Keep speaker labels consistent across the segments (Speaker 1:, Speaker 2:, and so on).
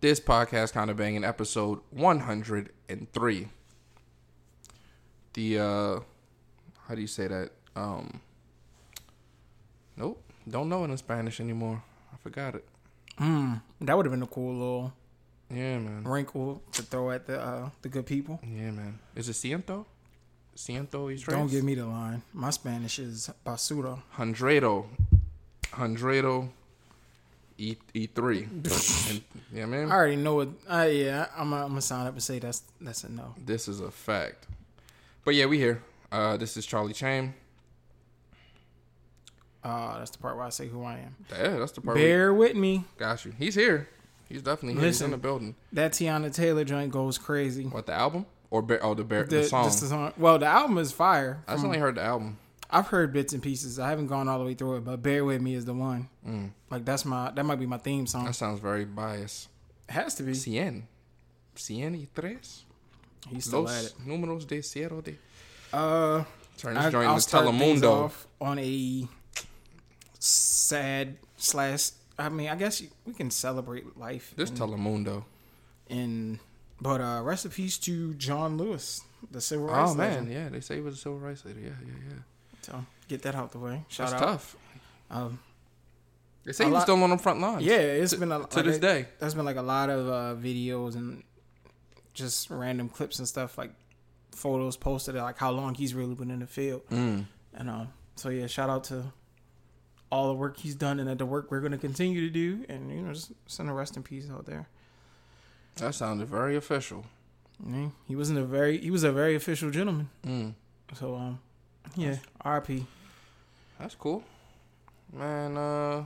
Speaker 1: This podcast kind of banging episode 103. The uh how do you say that? Um Nope, don't know it in Spanish anymore. I forgot it.
Speaker 2: Mm, that would have been a cool little
Speaker 1: Yeah, man.
Speaker 2: wrinkle to throw at the uh, the good people.
Speaker 1: Yeah, man. Is it ciento? Ciento is
Speaker 2: Don't give me the line. My Spanish is basura.
Speaker 1: Hundredo. Hundredo E E three. And- yeah, man.
Speaker 2: I already know it. Uh, yeah, I'm gonna I'm gonna sign up and say that's that's a no.
Speaker 1: This is a fact. But yeah, we here. Uh this is Charlie Chain.
Speaker 2: Uh, that's the part where I say who I am.
Speaker 1: Yeah, that's the part we-
Speaker 2: Bear with me.
Speaker 1: Got you. He's here. He's definitely here. He's in
Speaker 2: Listen.
Speaker 1: the building.
Speaker 2: That Tiana Taylor joint goes crazy.
Speaker 1: What the album or bear, oh the bear the,
Speaker 2: The-
Speaker 1: song?
Speaker 2: just the song. Well, the album is fire.
Speaker 1: I just only heard the album.
Speaker 2: I've heard bits and pieces. I haven't gone all the way through it, but "Bear with Me" is the one.
Speaker 1: Mm.
Speaker 2: Like that's my that might be my theme song.
Speaker 1: That sounds very biased.
Speaker 2: has to be.
Speaker 1: Cien, cien y tres.
Speaker 2: He's still at
Speaker 1: Los
Speaker 2: it.
Speaker 1: números de cero de.
Speaker 2: Uh,
Speaker 1: Turn this
Speaker 2: I,
Speaker 1: joint
Speaker 2: I'll
Speaker 1: into
Speaker 2: start things
Speaker 1: Telemundo.
Speaker 2: off on a sad slash. I mean, I guess you- we can celebrate life.
Speaker 1: This
Speaker 2: and, Oh,
Speaker 1: Telemundo.
Speaker 2: and- but uh, rest in peace to John Lewis, the civil rights.
Speaker 1: Oh man,
Speaker 2: legend.
Speaker 1: yeah. They say he was a civil rights leader. Yeah, yeah, yeah.
Speaker 2: So get that out the way. Shout
Speaker 1: That's
Speaker 2: out.
Speaker 1: tough.
Speaker 2: Um,
Speaker 1: They say
Speaker 2: A
Speaker 1: he was
Speaker 2: lot-
Speaker 1: still on the front lines.
Speaker 2: yeah, it's been a
Speaker 1: To
Speaker 2: like,
Speaker 1: this
Speaker 2: it-
Speaker 1: day.
Speaker 2: There's been like a lot of uh, videos and just random clips and stuff like photos posted of like how long he's really been in the field.
Speaker 1: Mm.
Speaker 2: And um, so yeah, shout out to all the work he's done and the work we're gonna continue to do. And you know, just send a rest in peace out there.
Speaker 1: That sounded very official.
Speaker 2: I mean, he wasn't a very he was a very official gentleman.
Speaker 1: Mm.
Speaker 2: So um, yeah, R.P.
Speaker 1: That's cool, man. Uh,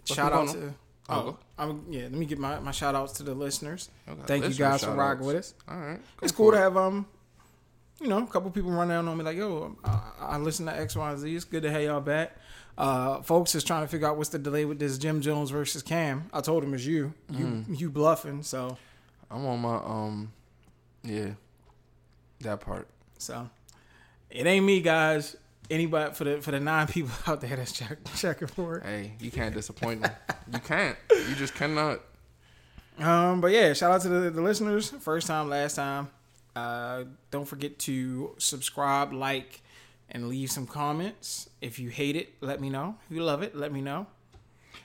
Speaker 1: Let's
Speaker 2: Shout
Speaker 1: move
Speaker 2: out
Speaker 1: on.
Speaker 2: to
Speaker 1: I'll
Speaker 2: oh,
Speaker 1: go.
Speaker 2: I'm, yeah. Let me get my my shout outs to the listeners.
Speaker 1: I got
Speaker 2: Thank you
Speaker 1: Uh, listener
Speaker 2: guys for
Speaker 1: shout
Speaker 2: rocking
Speaker 1: outs.
Speaker 2: with us.
Speaker 1: All right, go
Speaker 2: It's
Speaker 1: for
Speaker 2: cool
Speaker 1: it.
Speaker 2: to have um, you know, a couple people run down on me like, yo, I, I listen to X, Y, and Z. It's good to have y'all back. Uh, folks is trying to figure out what's the delay with this Jim Jones versus Cam. I told him it's you, you,
Speaker 1: Mm-hmm.
Speaker 2: you bluffing. So,
Speaker 1: I'm on my um, yeah, that part.
Speaker 2: so it ain't me, guys. Anybody for the for the nine people out there that's check, checking for it.
Speaker 1: Hey, you can't disappoint me. You can't. You just cannot.
Speaker 2: Um, but yeah, shout out to the, the listeners. First time, last time. Uh, don't forget to subscribe, like, and leave some comments. If you hate it, let me know. If you love it, let me know.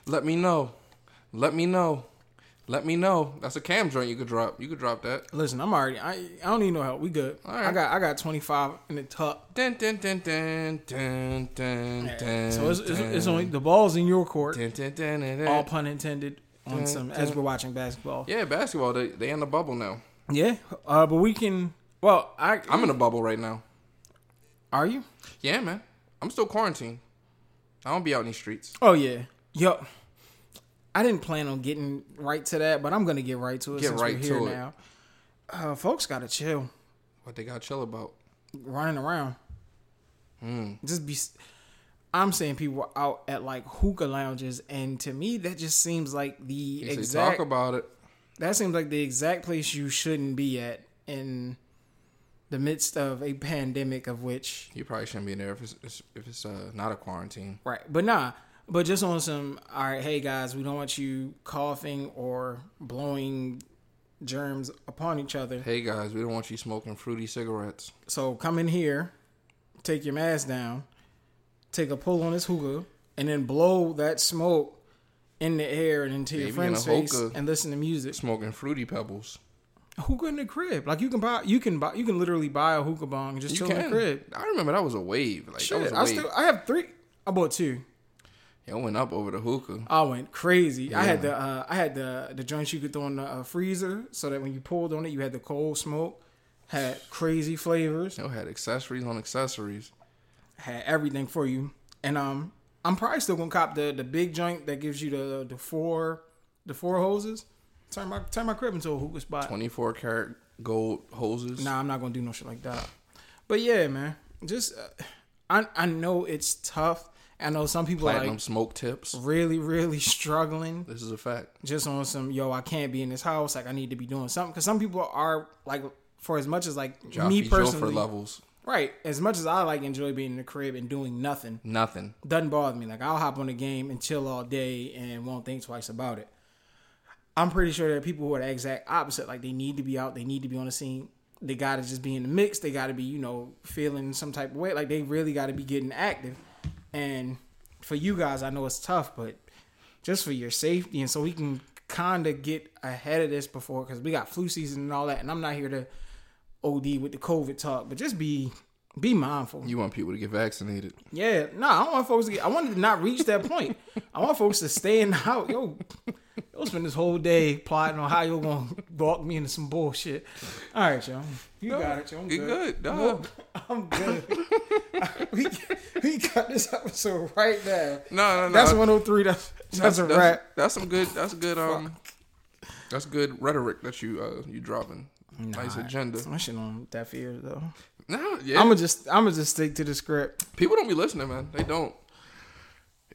Speaker 1: Let me know. Let me know. Let me know. That's a cam joint you could drop. You could drop that.
Speaker 2: Listen, I'm already. I I don't need no help. We good.
Speaker 1: All right.
Speaker 2: I got I got 25 in the tuck.
Speaker 1: Dun, dun, dun, dun, dun, dun, dun,
Speaker 2: So it's, it's,
Speaker 1: dun.
Speaker 2: it's only the ball's in your court.
Speaker 1: Dun, dun, dun, dun, dun.
Speaker 2: All pun intended. On
Speaker 1: Dun,
Speaker 2: some
Speaker 1: dun.
Speaker 2: as we're watching basketball.
Speaker 1: yeah, basketball. They they in the bubble now.
Speaker 2: Yeah. Uh, but we can. Well, I
Speaker 1: I'm in a bubble right now.
Speaker 2: are you?
Speaker 1: Yeah, man. I'm still quarantined. I don't be out in these streets.
Speaker 2: Oh yeah. Yo. I didn't plan on getting right to that, but I'm gonna get right to it.
Speaker 1: Get
Speaker 2: since
Speaker 1: right
Speaker 2: we're here
Speaker 1: to it.
Speaker 2: now. Uh, folks gotta chill,
Speaker 1: What they got chill about?
Speaker 2: running around.
Speaker 1: Hmm.
Speaker 2: Just be. s- I'm saying people are out at like hookah lounges, and to me that just seems like the
Speaker 1: You say
Speaker 2: exact
Speaker 1: talk about it.
Speaker 2: that seems like the exact place you shouldn't be at in the midst of a pandemic of which
Speaker 1: You probably shouldn't be in there if it's, it's if it's uh, not a quarantine.
Speaker 2: right but nah but just on some all right hey guys we don't want you coughing or blowing germs upon each other
Speaker 1: Hey guys, we don't want you smoking fruity cigarettes.
Speaker 2: so come in here take your mask down take a pull on this hookah and then blow that smoke in the air and into your
Speaker 1: Maybe in
Speaker 2: friend's
Speaker 1: a
Speaker 2: face
Speaker 1: hookah.
Speaker 2: and listen to music
Speaker 1: Smoking fruity pebbles.
Speaker 2: hookah in the crib like you can buy you can buy you can literally buy a hookah bong and just
Speaker 1: You
Speaker 2: chill in
Speaker 1: can.
Speaker 2: the crib
Speaker 1: I remember that was a wave. Like that was
Speaker 2: Shit,
Speaker 1: a
Speaker 2: I
Speaker 1: wave.
Speaker 2: still I have three. I bought two.
Speaker 1: Yeah, I went up over the hookah.
Speaker 2: I went crazy. I had
Speaker 1: Yeah.
Speaker 2: the uh, I had the the joints you could throw in the uh, freezer so that when you pulled on it, you had the cold smoke. Had crazy flavors.
Speaker 1: Yo, had accessories on accessories.
Speaker 2: Had everything for you. And um, I'm probably still gonna cop the the big joint that gives you the the four the four hoses. Turn my turn my crib into a hookah spot.
Speaker 1: Twenty four karat gold hoses.
Speaker 2: Nah, I'm not gonna do no shit like that. But yeah, man, just uh, I I know it's tough. I know some people are
Speaker 1: platinum
Speaker 2: like
Speaker 1: smoke tips.
Speaker 2: really really struggling.
Speaker 1: This is a fact.
Speaker 2: just on some yo i can't be in this house like i need to be doing something because some people are like for as much as like
Speaker 1: Joffy
Speaker 2: me
Speaker 1: Jofer
Speaker 2: personally
Speaker 1: levels.
Speaker 2: right as much as i like enjoy being in the crib and doing nothing
Speaker 1: Nothing.
Speaker 2: doesn't bother me like i'll hop on a game and chill all day and won't think twice about it I'm pretty sure there are people who are the exact opposite. Like they need to be out, they need to be on the scene. They gotta just be in the mix. They gotta be, you know, feeling some type of way. Like they really gotta be getting active. And for you guys, I know it's tough, but just for your safety and so we can kind of get ahead of this before because we got flu season and all that. And I'm not here to OD with the COVID talk, but just be be mindful.
Speaker 1: You want people to get vaccinated.
Speaker 2: Yeah, no, I don't want folks to get. I wanted to not reach that point. I want folks to stay in the house. Yo, yo, spend this whole day plotting on how you're gonna walk me into some bullshit. All right, yo, you
Speaker 1: No,
Speaker 2: got it, yo. I'm
Speaker 1: you
Speaker 2: good.
Speaker 1: good, dog.
Speaker 2: I'm good. we, we got this episode right there.
Speaker 1: No, no, no.
Speaker 2: That's 103. That's that's, a wrap.
Speaker 1: That's some good. That's good. Um, that's good rhetoric that you uh you dropping. nice agenda.
Speaker 2: My shit on deaf ears though.
Speaker 1: Nah, yeah.
Speaker 2: I'ma just I'ma just stick to the script.
Speaker 1: People don't be listening, man. They don't.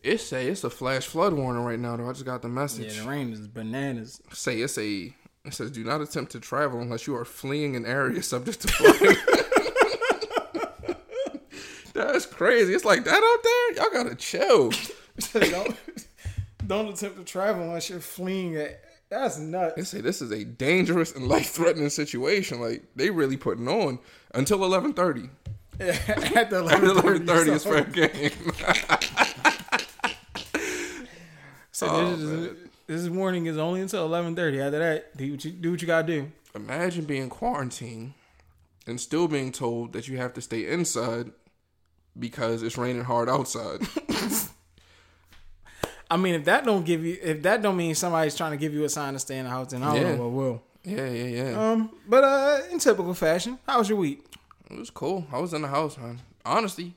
Speaker 1: It's a it's a flash flood warning right now. Though I just got the message.
Speaker 2: Yeah, the rain is bananas.
Speaker 1: Say it's a. It says do not attempt to travel unless you are fleeing an area subject to flood. That's crazy. It's like that out there. Y'all gotta chill.
Speaker 2: don't, don't attempt to travel unless you're fleeing it. That's nuts.
Speaker 1: They say this is a dangerous and life threatening situation. Like they really putting on until eleven thirty.
Speaker 2: At the
Speaker 1: Eleven
Speaker 2: 11:30,
Speaker 1: thirty is
Speaker 2: so-
Speaker 1: fair game.
Speaker 2: So
Speaker 1: Oh,
Speaker 2: this, is, this warning is only until eleven thirty. After that, do what you do what you gotta do.
Speaker 1: Imagine being quarantined and still being told that you have to stay inside because it's raining hard outside.
Speaker 2: I mean, if that don't give you, if that don't mean somebody's trying to give you a sign to stay in the house, then I don't
Speaker 1: Yeah.
Speaker 2: know what will.
Speaker 1: yeah, yeah, yeah.
Speaker 2: Um, but uh, in typical fashion, how was your week?
Speaker 1: it was cool. I was in the house, man. Honestly,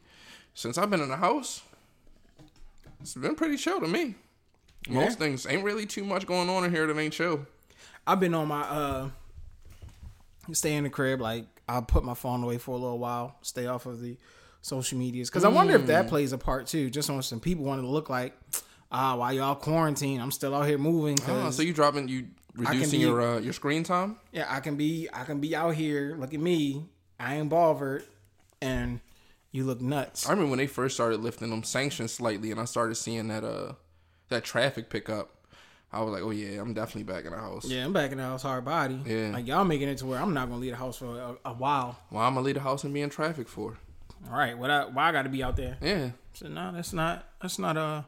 Speaker 1: since I've been in the house, it's been pretty chill to me. Most things ain't really too much going on in here that ain't chill.
Speaker 2: I've been on my uh stay in the crib. Like I put my phone away for a little while, stay off of the social medias because I wonder if
Speaker 1: Mm.
Speaker 2: that plays a part too. Just on some people wanted to look like, ah, while y'all quarantine, I'm still out here moving.
Speaker 1: Oh,
Speaker 2: 'cause,
Speaker 1: so you dropping you reducing
Speaker 2: be-
Speaker 1: your uh, your screen time?
Speaker 2: yeah, I can be, I can be out here. Look at me, I ain't Balvert, and you look nuts.
Speaker 1: I remember when they first started lifting them sanctions slightly, and I started seeing that uh that traffic pick up. I was like, oh yeah, I'm definitely back in the house.
Speaker 2: Yeah, I'm back in the house hard body.
Speaker 1: Yeah.
Speaker 2: Like y'all making it to where I'm not gonna leave the house for a, a while.
Speaker 1: Why am I leave the house and be in traffic for?
Speaker 2: All right, what I why I gotta be out there.
Speaker 1: Yeah,
Speaker 2: So no, that's not that's not uh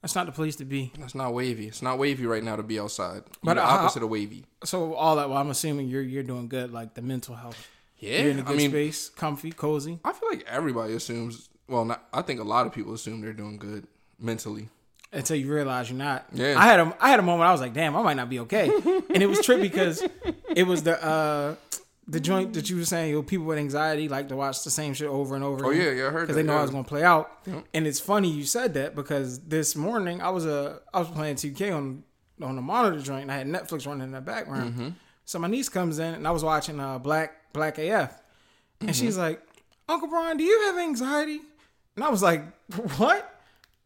Speaker 2: that's not the place to be.
Speaker 1: that's not wavy. It's not wavy right now to be outside. But
Speaker 2: But
Speaker 1: the
Speaker 2: how-
Speaker 1: opposite of wavy.
Speaker 2: So all that, well, I'm assuming you're you're doing good, like the mental health.
Speaker 1: Yeah,
Speaker 2: you're in a good
Speaker 1: I mean,
Speaker 2: space, comfy, cozy.
Speaker 1: I feel like everybody assumes. Well, not, I think a lot of people assume they're doing good mentally.
Speaker 2: Until you realize you're not.
Speaker 1: Yeah.
Speaker 2: I had a I had a moment I was like, damn, I might not be okay, and it was trippy because it was the uh the joint that you were saying, you know, people with anxiety like to watch the same shit over and over.
Speaker 1: Oh yeah, yeah, I heard that.
Speaker 2: because they know
Speaker 1: yeah.
Speaker 2: I was gonna play out.
Speaker 1: Yep.
Speaker 2: And it's funny you said that because this morning I was uh, I was playing 2K on on the monitor joint and I had Netflix running in the background.
Speaker 1: Mm-hmm.
Speaker 2: So my niece comes in and I was watching uh, Black Black AF, and she's
Speaker 1: Mm-hmm.
Speaker 2: like, "Uncle Brian, do you have anxiety?" And I was like, "What?"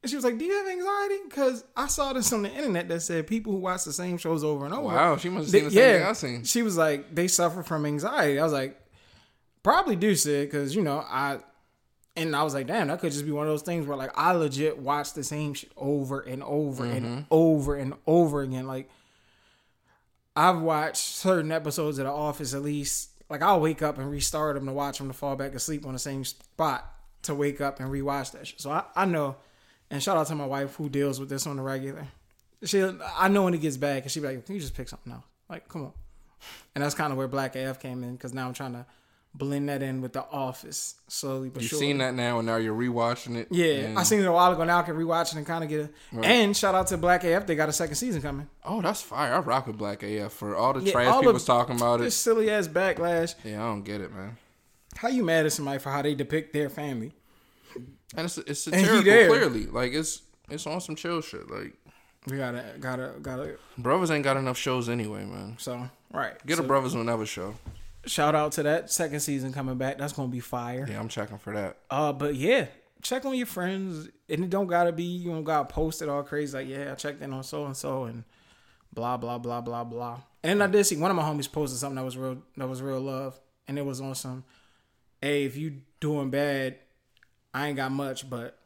Speaker 2: And she was like, "Do you have anxiety?" Because I saw this on the internet that said people who watch the same shows over and over.
Speaker 1: Wow, she must have
Speaker 2: They-
Speaker 1: seen the same
Speaker 2: yeah,
Speaker 1: thing I seen.
Speaker 2: she was like, they suffer from anxiety. I was like, probably do, Sid, because you know I. And I was like, damn, that could just be one of those things where like I legit watch the same shit over and over
Speaker 1: Mm-hmm.
Speaker 2: and over and over again. Like I've watched certain episodes of The Office at least. Like I'll wake up and restart them to watch them to fall back asleep on the same spot to wake up and rewatch that shit. So I, I know. And shout out to my wife who deals with this on the regular. She, I know when it gets bad, cause she be like, "Can you just pick something else?" Like, come on. And that's kind of where Black AF came in, cause now I'm trying to blend that in with The Office slowly but
Speaker 1: You've
Speaker 2: surely.
Speaker 1: seen that now, and now you're rewatching it.
Speaker 2: Yeah,
Speaker 1: and-
Speaker 2: I seen it a while ago. Now I can rewatch it and kind of get it. And shout out to Black AF, they got a second season coming.
Speaker 1: Oh, that's fire! I rock with Black AF for all the
Speaker 2: Yeah,
Speaker 1: trash
Speaker 2: all
Speaker 1: people
Speaker 2: of-
Speaker 1: talking about
Speaker 2: This
Speaker 1: it.
Speaker 2: silly ass backlash.
Speaker 1: Yeah, I don't get it, man.
Speaker 2: How you mad at somebody for how they depict their family?
Speaker 1: And it's it's
Speaker 2: he
Speaker 1: satirical,
Speaker 2: there.
Speaker 1: clearly. Like it's it's on some chill shit. Like
Speaker 2: We gotta, gotta, gotta.
Speaker 1: brothers ain't got enough shows anyway, man.
Speaker 2: So right,
Speaker 1: Get
Speaker 2: So,
Speaker 1: a brothers will never show.
Speaker 2: shout out to that second season coming back. That's gonna be fire.
Speaker 1: Yeah, I'm checking for that.
Speaker 2: Uh, but yeah, check on your friends, and it don't gotta be you don't gotta post it all crazy like yeah, I checked in on so and so and blah blah blah blah blah. And then I did see one of my homies posted something that was real that was real love, and it was on some, hey, if you doing bad, I ain't got much, but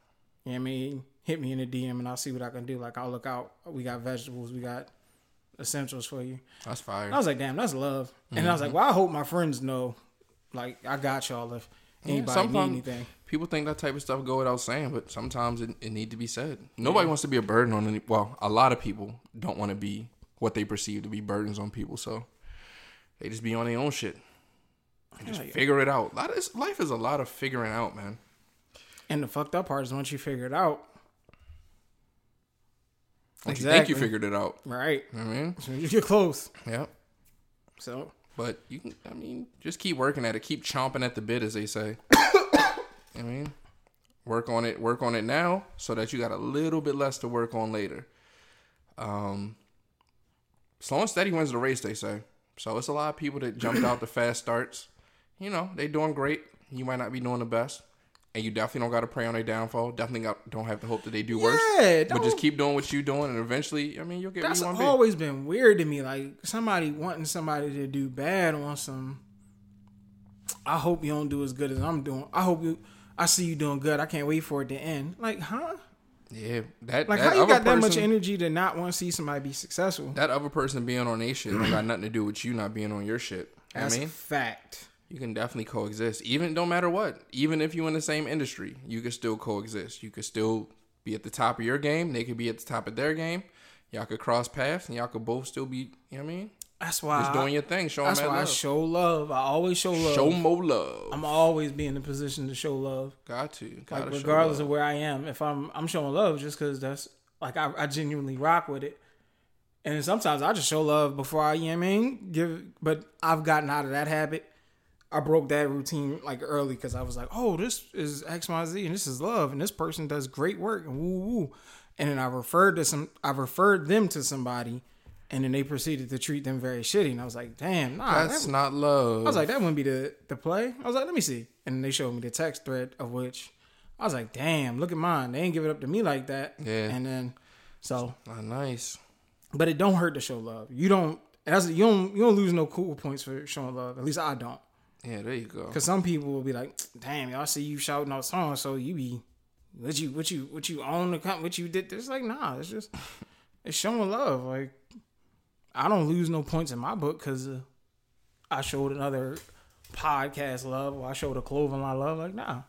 Speaker 2: you know what I mean, hit me in the DM and I'll see what I can do. Like I'll look out. We got vegetables, we got essentials for you.
Speaker 1: That's fire.
Speaker 2: And I was like, damn, that's love. And I was like, well, I hope my friends know, like, I got y'all if anybody need
Speaker 1: sometimes-
Speaker 2: anything.
Speaker 1: People think that type of stuff go without saying, but sometimes it, it need to be said. Nobody wants to be a burden on any. Well, a lot of people don't want to be what they perceive to be burdens on people, so they just be on their own shit and just
Speaker 2: Hell yeah.
Speaker 1: figure it out. A lot of this- life is a lot of figuring out, man.
Speaker 2: And the fucked up part is once you figure it out,
Speaker 1: Once you think you
Speaker 2: Exactly.
Speaker 1: figured it out,
Speaker 2: right?
Speaker 1: you know what I mean,
Speaker 2: So you get close.
Speaker 1: yeah.
Speaker 2: So
Speaker 1: But you can, I mean, just keep working at it. Keep chomping at the bit, as they say. I mean, work on it. Work on it now, so that you got a little bit less to work on later. Um, slow and steady wins the race, they say. So it's a lot of people that jumped out the fast starts. You know, they doing great. You might not be doing the best, and you definitely don't got to pray on their downfall. Definitely got, don't have to hope that they do worse.
Speaker 2: yeah,
Speaker 1: But just
Speaker 2: don't-
Speaker 1: keep doing what you doing, and eventually, I mean, you'll get where
Speaker 2: That's
Speaker 1: you want to be.
Speaker 2: always been weird to me. Like somebody wanting somebody to do bad on some. I hope you don't do as good as I'm doing. I hope you. I see you doing good. I can't wait for it to end. Like, huh?
Speaker 1: Yeah, that
Speaker 2: Like,
Speaker 1: that
Speaker 2: how you
Speaker 1: other
Speaker 2: got that much
Speaker 1: person-
Speaker 2: energy to not want to see somebody be successful?
Speaker 1: that other person being on their shit don't got nothing to do with you not being on your shit. You know
Speaker 2: That's
Speaker 1: what I
Speaker 2: a
Speaker 1: mean,
Speaker 2: fact.
Speaker 1: you can definitely coexist. Even don't matter what. Even if you're in the same industry, you can still coexist. You could still be at the top of your game. They could be at the top of their game. Y'all could cross paths, and y'all could both still be. You know what I mean?
Speaker 2: That's why.
Speaker 1: Just
Speaker 2: I-
Speaker 1: doing your thing. Show them
Speaker 2: Ah, that's
Speaker 1: that
Speaker 2: why I
Speaker 1: love.
Speaker 2: show love. I always show love.
Speaker 1: show more love.
Speaker 2: I'm always be in a position to show love.
Speaker 1: got to. Gotta
Speaker 2: like
Speaker 1: show
Speaker 2: regardless
Speaker 1: love.
Speaker 2: of where I am, if I'm I'm showing love just because that's like I, I genuinely rock with it. And sometimes I just show love before I, you know what I mean, give. But I've gotten out of that habit. I broke that routine like early because I was like, oh, this is X Y Z, and this is love, and this person does great work, and woo woo. And then I referred to some, I referred them to somebody, and then they proceeded to treat them very shitty. And I was like, damn, nah, that
Speaker 1: That's not love.
Speaker 2: I was like, that wouldn't be the the play. I was like, let me see. And they showed me the text thread of which I was like, damn, look at mine. They ain't give it up to me like that.
Speaker 1: Yeah.
Speaker 2: And then so
Speaker 1: Not Ah, nice.
Speaker 2: but it don't hurt to show love. You don't that's you don't you don't lose no cool points for showing love. At least I don't.
Speaker 1: Yeah, there you go.
Speaker 2: Cause some people will be like, damn, y'all see you shouting out so and so you be what you what you what you own the company what you did it's like nah, it's just it's showing love. Like I don't lose no points in my book because uh, I showed another podcast love or I showed a clothing line love. Like nah,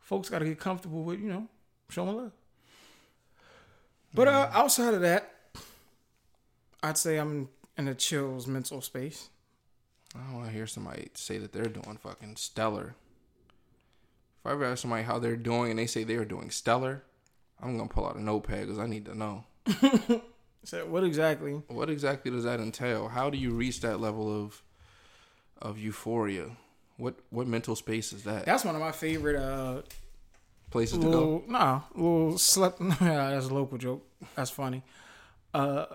Speaker 2: folks got to get comfortable with you know showing love. But uh, outside of that, I'd say I'm in a chills mental space.
Speaker 1: I don't want to hear somebody say that they're doing fucking stellar. If I ever ask somebody how they're doing and they say they're doing stellar, I'm gonna pull out a notepad because I need to know
Speaker 2: So what exactly?
Speaker 1: what exactly does that entail. How do you reach that level of of euphoria? What what mental space is that?
Speaker 2: That's one of my favorite uh,
Speaker 1: Places to go.
Speaker 2: little nah little slip. nah, that's a local joke. That's funny. Uh,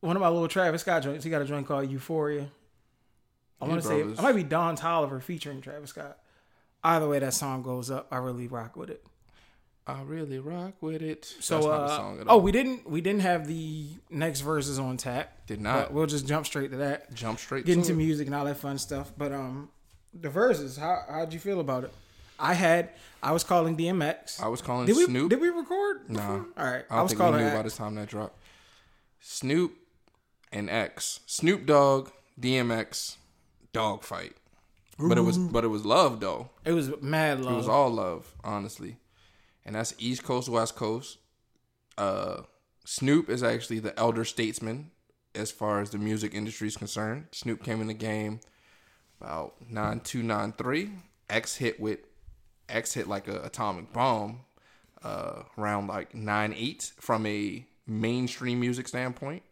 Speaker 2: one of my little Travis Scott joints. He got a joint called Euphoria. I
Speaker 1: These
Speaker 2: want to say
Speaker 1: brothers.
Speaker 2: it might be Don Tolliver featuring Travis Scott. Either way, that song goes up. I really rock with it.
Speaker 1: I really rock with it.
Speaker 2: So,
Speaker 1: That's not
Speaker 2: uh,
Speaker 1: a song at
Speaker 2: oh,
Speaker 1: all.
Speaker 2: we didn't we didn't have the next verses on tap.
Speaker 1: Did
Speaker 2: But
Speaker 1: not
Speaker 2: we'll just jump straight to that.
Speaker 1: jump straight
Speaker 2: Get
Speaker 1: to,
Speaker 2: into
Speaker 1: it.
Speaker 2: music and all that fun stuff. But um, the verses. How how'd you feel about it? I had I was calling DMX.
Speaker 1: I was calling
Speaker 2: Did we
Speaker 1: Snoop.
Speaker 2: did we record?
Speaker 1: Nah.
Speaker 2: before? All right.
Speaker 1: I don't
Speaker 2: I was
Speaker 1: think we
Speaker 2: calling
Speaker 1: knew
Speaker 2: that.
Speaker 1: by the time that dropped. Snoop and X. Snoop Dogg, DMX, dog fight. But it was but it was love though.
Speaker 2: It was mad love.
Speaker 1: It was all love, honestly. And that's East Coast, West Coast. Uh Snoop is actually the elder statesman as far as the music industry is concerned. Snoop came in the game about nine two nine three. X hit with X hit like a atomic bomb uh, around like nine eight from a mainstream music standpoint.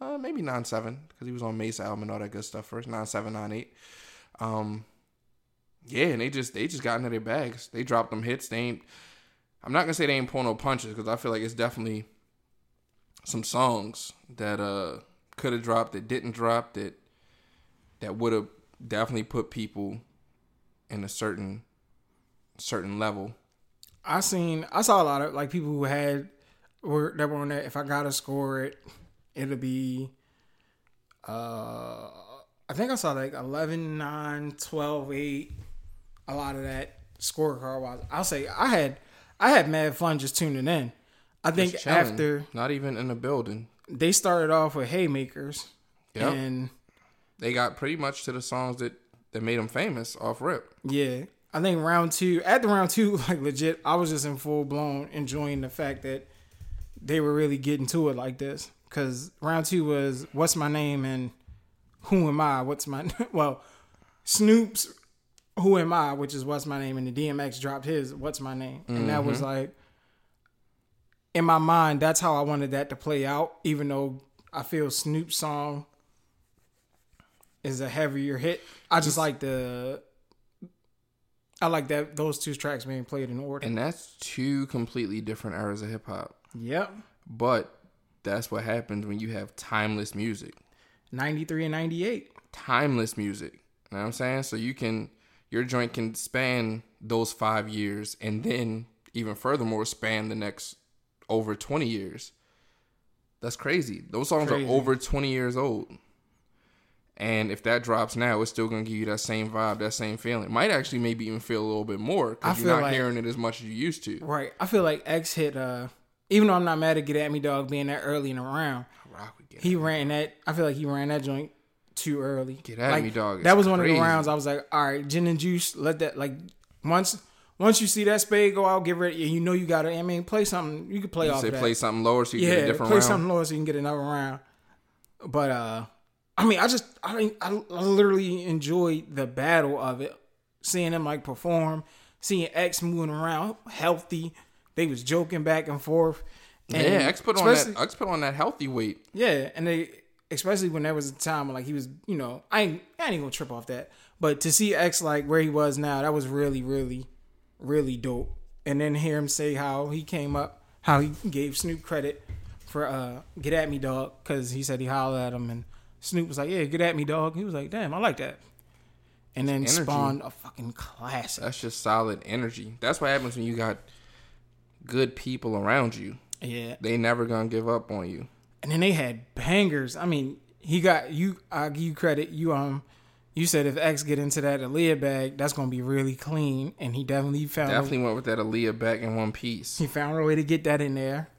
Speaker 1: Uh, maybe nine seven because he was on Mace album and all that good stuff first. Nine seven nine eight. Um, yeah, and they just they just got into their bags. They dropped them hits. They ain't. I'm not gonna say they ain't pull no punches because I feel like it's definitely some songs that uh could have dropped that didn't drop that that would have definitely put people in a certain certain level.
Speaker 2: I seen I saw a lot of like people who had were that were on that if I gotta score it, it'll be uh I think I saw like 11, 9, 12, 8, a lot of that scorecard wise. I'll say I had I had mad fun just tuning in. I think
Speaker 1: Just chilling,
Speaker 2: after
Speaker 1: not even in the building.
Speaker 2: they started off with haymakers
Speaker 1: Yep.
Speaker 2: and
Speaker 1: They got pretty much to the songs that that made them famous off rip.
Speaker 2: yeah i think round two at the round two like legit i was just in full blown enjoying the fact that they were really getting to it like this because round two was what's my name and who am i what's my well snoop's who am i which is what's my name and the dmx dropped his what's my name and that was like in my mind that's how i wanted that to play out even though i feel snoop's song is a heavier hit i just like the i like that those two tracks being played in order
Speaker 1: And that's two completely different eras of hip hop.
Speaker 2: yep
Speaker 1: But that's what happens when you have timeless music.
Speaker 2: 93 and 98
Speaker 1: Timeless music. You know what I'm saying? So you can your joint can span those five years and then even furthermore span the next over twenty years. That's crazy. Those songs
Speaker 2: Crazy.
Speaker 1: are over twenty years old. And if that drops now, it's still gonna give you that same vibe, that same feeling. Might actually maybe even feel a little bit more
Speaker 2: I
Speaker 1: because you're
Speaker 2: feel
Speaker 1: not
Speaker 2: like-
Speaker 1: hearing it as much as you used to.
Speaker 2: Right. I feel like X hit uh even though I'm not mad at Get At Me Dog being that early in the round,
Speaker 1: Rock again.
Speaker 2: he ran that I feel like he ran that joint too early.
Speaker 1: Get At
Speaker 2: Like,
Speaker 1: Me Dog is
Speaker 2: That was one of
Speaker 1: crazy.
Speaker 2: the rounds I was like, all right, gin and juice, let that like once once you see that spade go out, get ready. You know you gotta I mean play something you could play off
Speaker 1: Say
Speaker 2: of that.
Speaker 1: play something lower so you
Speaker 2: yeah,
Speaker 1: get a different
Speaker 2: play
Speaker 1: round.
Speaker 2: something lower so you can get another round. But uh I mean I just I mean, I I literally enjoyed the battle of it. Seeing him like perform, seeing X moving around healthy. They was joking back and forth. And
Speaker 1: yeah, X put on
Speaker 2: especially-
Speaker 1: that X put on that healthy weight.
Speaker 2: Yeah, and they especially when there was a time when like he was, you know, I ain't I ain't gonna trip off that. But to see X like where he was now, that was really, really, really dope. And then hear him say how he came up, how he gave Snoop credit for uh get at me dog, because he said he hollered at him and Snoop was like, Yeah, get at me dog. He was like, Damn, I like that. And then
Speaker 1: Energy.
Speaker 2: spawned a fucking classic.
Speaker 1: That's just solid energy. That's what happens when you got good people around you.
Speaker 2: Yeah.
Speaker 1: They never gonna give up on you.
Speaker 2: and then they had bangers. I mean, he got you. I give you credit. You um, you said if X get into that Aaliyah bag, that's gonna be really clean, and he definitely found
Speaker 1: Definitely went with that Aaliyah back in one piece.
Speaker 2: he found a way to get that in there.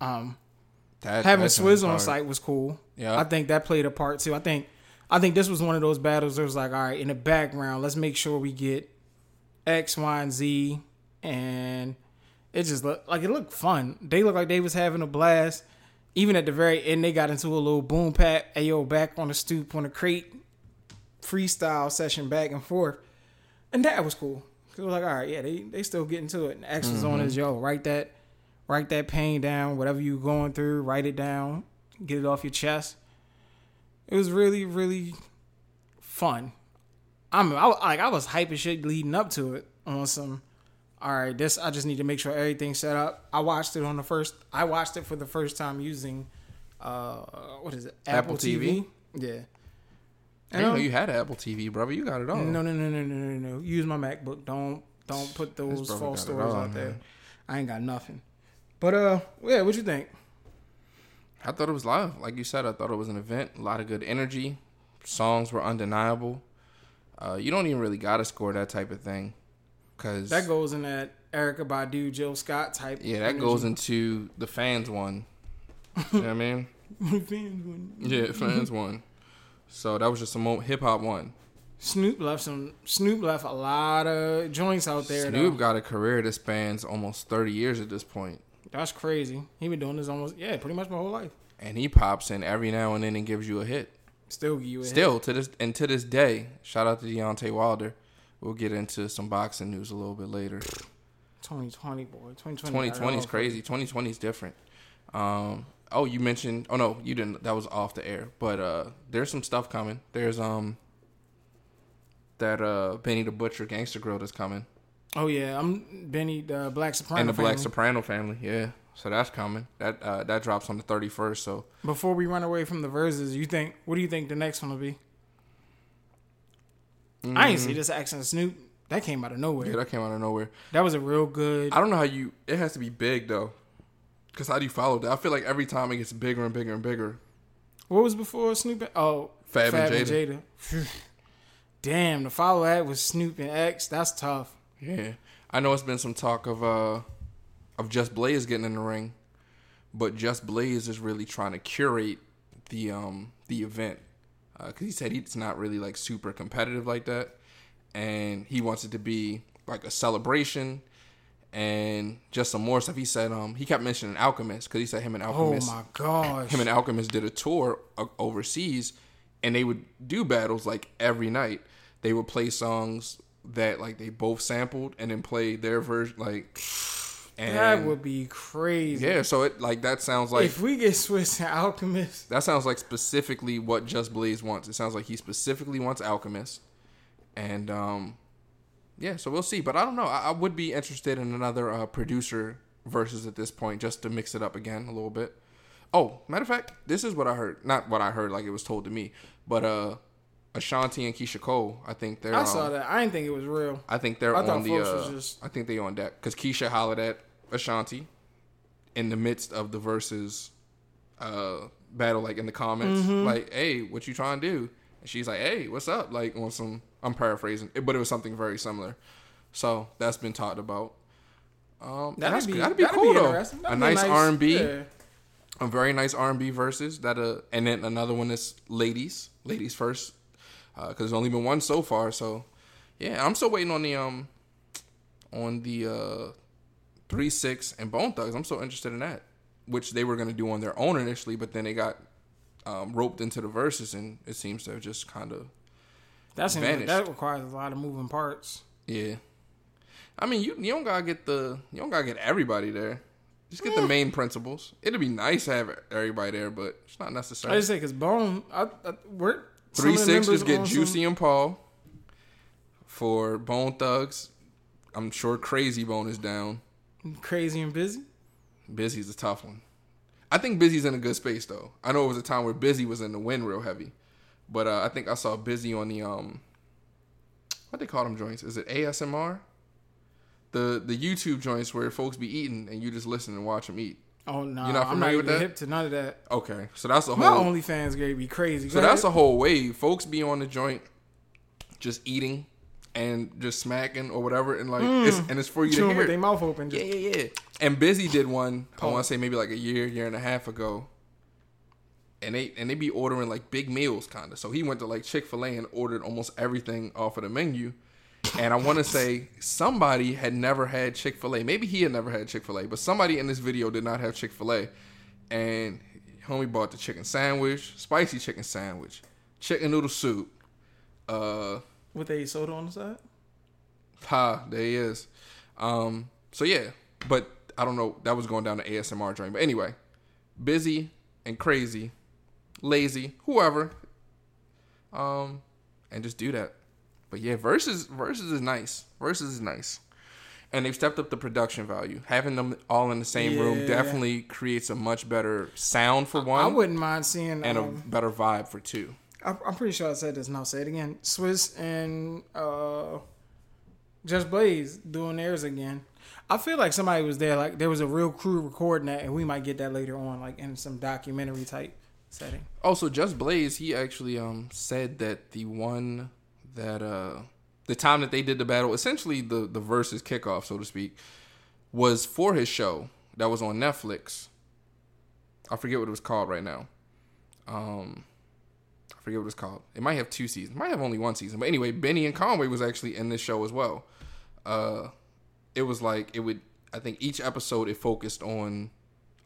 Speaker 2: Um,
Speaker 1: That,
Speaker 2: having
Speaker 1: that shit
Speaker 2: Swizz
Speaker 1: was
Speaker 2: on
Speaker 1: hard.
Speaker 2: site was cool.
Speaker 1: Yeah.
Speaker 2: I think that played a part too. I think, I think this was one of those battles. That was like, all right, in the background, let's make sure we get X, Y, and Z, and it just looked like it looked fun. They looked like they was having a blast. Even at the very end, they got into a little boom pat. Ayo, back on the stoop on the crate, freestyle session back and forth, and that was cool. 'Cause It was like, all right, yeah, they they still getting to it. And X was
Speaker 1: Mm-hmm.
Speaker 2: on his yo, write that, write that pain down, whatever you going through, write it down, get it off your chest. It was really really fun. I'm I, like I was hyping shit leading up to it on some. All right, this I just need to make sure everything's set up. I watched it on the first. I watched it for the first time using, uh, what is it?
Speaker 1: Apple TV?
Speaker 2: Yeah.
Speaker 1: I didn't know you had Apple TV, brother. You got it all.
Speaker 2: Um, No, no, no, no, no, no, no. Use my MacBook. Don't don't put those
Speaker 1: brother
Speaker 2: false
Speaker 1: got it
Speaker 2: stories
Speaker 1: all,
Speaker 2: out there.
Speaker 1: man.
Speaker 2: I ain't got nothing. But uh, yeah. What you think?
Speaker 1: I thought it was live. Like you said, I thought it was an event. A lot of good energy. Songs were undeniable. Uh, you don't even really gotta score that type of thing, cause
Speaker 2: That goes in that Erica Badu, Jill Scott type.
Speaker 1: yeah, that goes into the fans one. you know what I mean?
Speaker 2: in.
Speaker 1: Yeah, fans one. So that was just a mo- hip hop one.
Speaker 2: Snoop left some. Snoop left a lot of joints out there. though.
Speaker 1: Snoop got a career that spans almost 30 years at this point,
Speaker 2: That's crazy. He been doing this almost yeah, pretty much my whole life.
Speaker 1: and he pops in every now and then and gives you a hit.
Speaker 2: Still give you a hit.
Speaker 1: Still to this and to this day, shout out to Deontay Wilder. We'll get into some boxing news a little bit later.
Speaker 2: 2020 boy. 2020.
Speaker 1: 2020
Speaker 2: I
Speaker 1: is
Speaker 2: don't know.
Speaker 1: crazy. 2020 is different. Um, oh, you mentioned. Oh no, you didn't. That was off the air. But uh, there's some stuff coming. There's um that uh Benny the Butcher Gangster Grill that's coming.
Speaker 2: Oh yeah, I'm Benny the Black Soprano.
Speaker 1: and the Black
Speaker 2: family.
Speaker 1: Soprano family, yeah. So that's coming. That uh, that drops on the thirty first. So
Speaker 2: Before we run away from the verses, you think what do you think the next one will be? I ain't see
Speaker 1: Mm-hmm.
Speaker 2: this accent Snoop. That came out of nowhere.
Speaker 1: yeah, that came out of nowhere.
Speaker 2: That was a real good.
Speaker 1: I don't know how you. It has to be big though, because how do you follow that? I feel like every time it gets bigger and bigger and bigger.
Speaker 2: What was before Snoop? Oh,
Speaker 1: Fab and Jada.
Speaker 2: Phew. Damn, the follow that was Snoop and X. That's tough.
Speaker 1: Yeah, I know it's been some talk of uh of Just Blaze getting in the ring, but Just Blaze is really trying to curate the um the event because he said it's not really like super competitive like that, and he wants it to be like a celebration and just some more stuff. He said um he kept mentioning Alchemist because he said him and
Speaker 2: Oh
Speaker 1: Alchemist
Speaker 2: my gosh.
Speaker 1: him and Alchemist did a tour o- overseas, and they would do battles like every night. They would play songs that like they both sampled and then play their version like. And
Speaker 2: that would be crazy.
Speaker 1: yeah, so it like that sounds like
Speaker 2: if we get Swiss and Alchemist,
Speaker 1: that sounds like specifically what Just Blaze wants. It sounds like he specifically wants Alchemist, and um, yeah, so we'll see. But I don't know. I, I would be interested in another uh, producer versus at this point, just to mix it up again a little bit. Oh, matter of fact, this is what I heard. Not what I heard, like it was told to me, but uh, Ashanti and Keisha Cole. I think they're.
Speaker 2: I
Speaker 1: um,
Speaker 2: saw that. I didn't think it was real.
Speaker 1: I think they're
Speaker 2: I thought
Speaker 1: on the.
Speaker 2: Folks was
Speaker 1: Uh,
Speaker 2: just-
Speaker 1: I think they on deck because Keisha hollered at Ashanti in the midst of the verses uh, battle, like in the comments,
Speaker 2: Mm-hmm.
Speaker 1: like, "Hey, what you trying to do?" And she's like, "Hey, what's up?" Like on some. I'm paraphrasing, it- but it was something very similar. So that's been talked about. Um, and that's good. that'd be cool
Speaker 2: interesting.
Speaker 1: though. A
Speaker 2: That'd be
Speaker 1: nice, R&B,
Speaker 2: yeah.
Speaker 1: a very nice R&B verses that uh, and then another one is ladies, ladies first, because there's only been one so far. So, yeah, I'm still waiting on the um, on the uh, three six and Bone Thugs. I'm so interested in that, which they were gonna do on their own initially, but then they got um, roped into the verses, and it seems to have just kind of
Speaker 2: That seems like
Speaker 1: vanished.
Speaker 2: that requires a lot of moving parts.
Speaker 1: yeah. I mean, you you don't gotta get the you don't gotta get everybody there. Just get the main principles. It'd be nice to have everybody there, but it's not necessary.
Speaker 2: I just say because Bone, I, I, we're some
Speaker 1: Three
Speaker 2: of the
Speaker 1: six
Speaker 2: members
Speaker 1: just get
Speaker 2: on
Speaker 1: Juicy and Paul for Bone Thugs. I'm sure Crazy Bone is down.
Speaker 2: some crazy and busy.
Speaker 1: Busy's a tough one. I think Busy's in a good space though. I know it was a time where Busy was in the win real heavy, but uh, I think I saw Busy on the um, what they call them joints? Is it ASMR? The the YouTube joints where folks be eating and you just listen and watch them eat.
Speaker 2: Oh no,
Speaker 1: You're not
Speaker 2: I'm not
Speaker 1: familiar
Speaker 2: even
Speaker 1: with that?
Speaker 2: hip to none of that.
Speaker 1: Okay, so that's a
Speaker 2: My
Speaker 1: whole
Speaker 2: OnlyFans gonna be crazy.
Speaker 1: So that's a whole wave. Folks be on the joint, just eating and just smacking or whatever, and like it's and it's for you to
Speaker 2: Mm. chewing with their
Speaker 1: hear.
Speaker 2: mouth open. Just,
Speaker 1: Yeah, yeah, yeah. And Busy did one. I want to say maybe like a year, year and a half ago. And they and they be ordering like big meals, kind of. So he went to like Chick Fil A and ordered almost everything off of the menu. And I want to say somebody had never had Chick Fil A. Maybe he had never had Chick Fil A, but somebody in this video did not have Chick Fil A. And homie bought the chicken sandwich, spicy chicken sandwich, chicken noodle soup. Uh,
Speaker 2: with a soda on the side.
Speaker 1: Ha, there he is. Um, so yeah, but I don't know. That was going down the ASMR drain. But anyway, busy and crazy, lazy, whoever. Um, and just do that. But yeah, versus versus is nice. Versus is nice. And they've stepped up the production value. Having them all in the same room
Speaker 2: Yeah.
Speaker 1: definitely creates a much better sound for
Speaker 2: I
Speaker 1: one
Speaker 2: wouldn't mind seeing.
Speaker 1: and a
Speaker 2: um,
Speaker 1: better vibe for two.
Speaker 2: I- I'm pretty sure I said this. Now say it again. Swiss and uh, Just Blaze doing theirs again. I feel like somebody was there. Like there was a real crew recording that, and we might get that later on, like in some documentary type setting.
Speaker 1: Also, Oh, Just Blaze, he actually um said that the one that uh the time that they did the battle, essentially the the versus kickoff, so to speak, was for his show that was on Netflix. I forget what it was called right now. Um I forget what it's called. It might have two seasons. It might have only one season. But anyway, Benny and Conway was actually in this show as well. Uh it was like it would I think each episode it focused on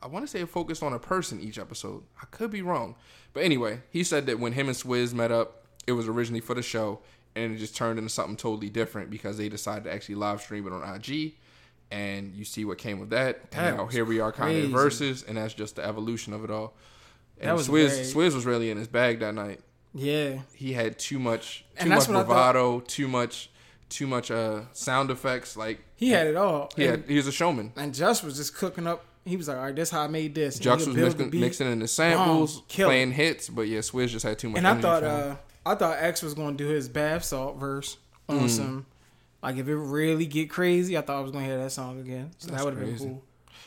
Speaker 1: I want to say it focused on a person each episode. I could be wrong. But anyway, he said that when him and Swizz met up, it was originally for the show and it just turned into something totally different because they decided to actually live stream it on IG and you see what came with that. And
Speaker 2: That
Speaker 1: now
Speaker 2: was
Speaker 1: here we are kind of in
Speaker 2: crazy.
Speaker 1: verses and that's just the evolution of it all. And
Speaker 2: That was
Speaker 1: Swizz
Speaker 2: great.
Speaker 1: Swizz was really in his bag that night.
Speaker 2: Yeah,
Speaker 1: He had too much too
Speaker 2: And
Speaker 1: much
Speaker 2: that's what I thought-
Speaker 1: bravado, too much too much uh sound effects like
Speaker 2: he had it all.
Speaker 1: he,
Speaker 2: And,
Speaker 1: had, he was a showman.
Speaker 2: and Just was just cooking up. He was like, "All right, this how I made this." And
Speaker 1: Jux was
Speaker 2: he'll build the
Speaker 1: mixing,
Speaker 2: beat.
Speaker 1: mixing in the samples,
Speaker 2: Boom, kill it.
Speaker 1: playing hits, but yeah, Swizz just had too much.
Speaker 2: And I
Speaker 1: energy
Speaker 2: thought
Speaker 1: for him.
Speaker 2: uh, I thought X was going to do his bath salt verse on
Speaker 1: Mm.
Speaker 2: some like if it really get crazy. I thought I was going to hear that song again. So
Speaker 1: That's
Speaker 2: that would have been
Speaker 1: crazy.
Speaker 2: cool.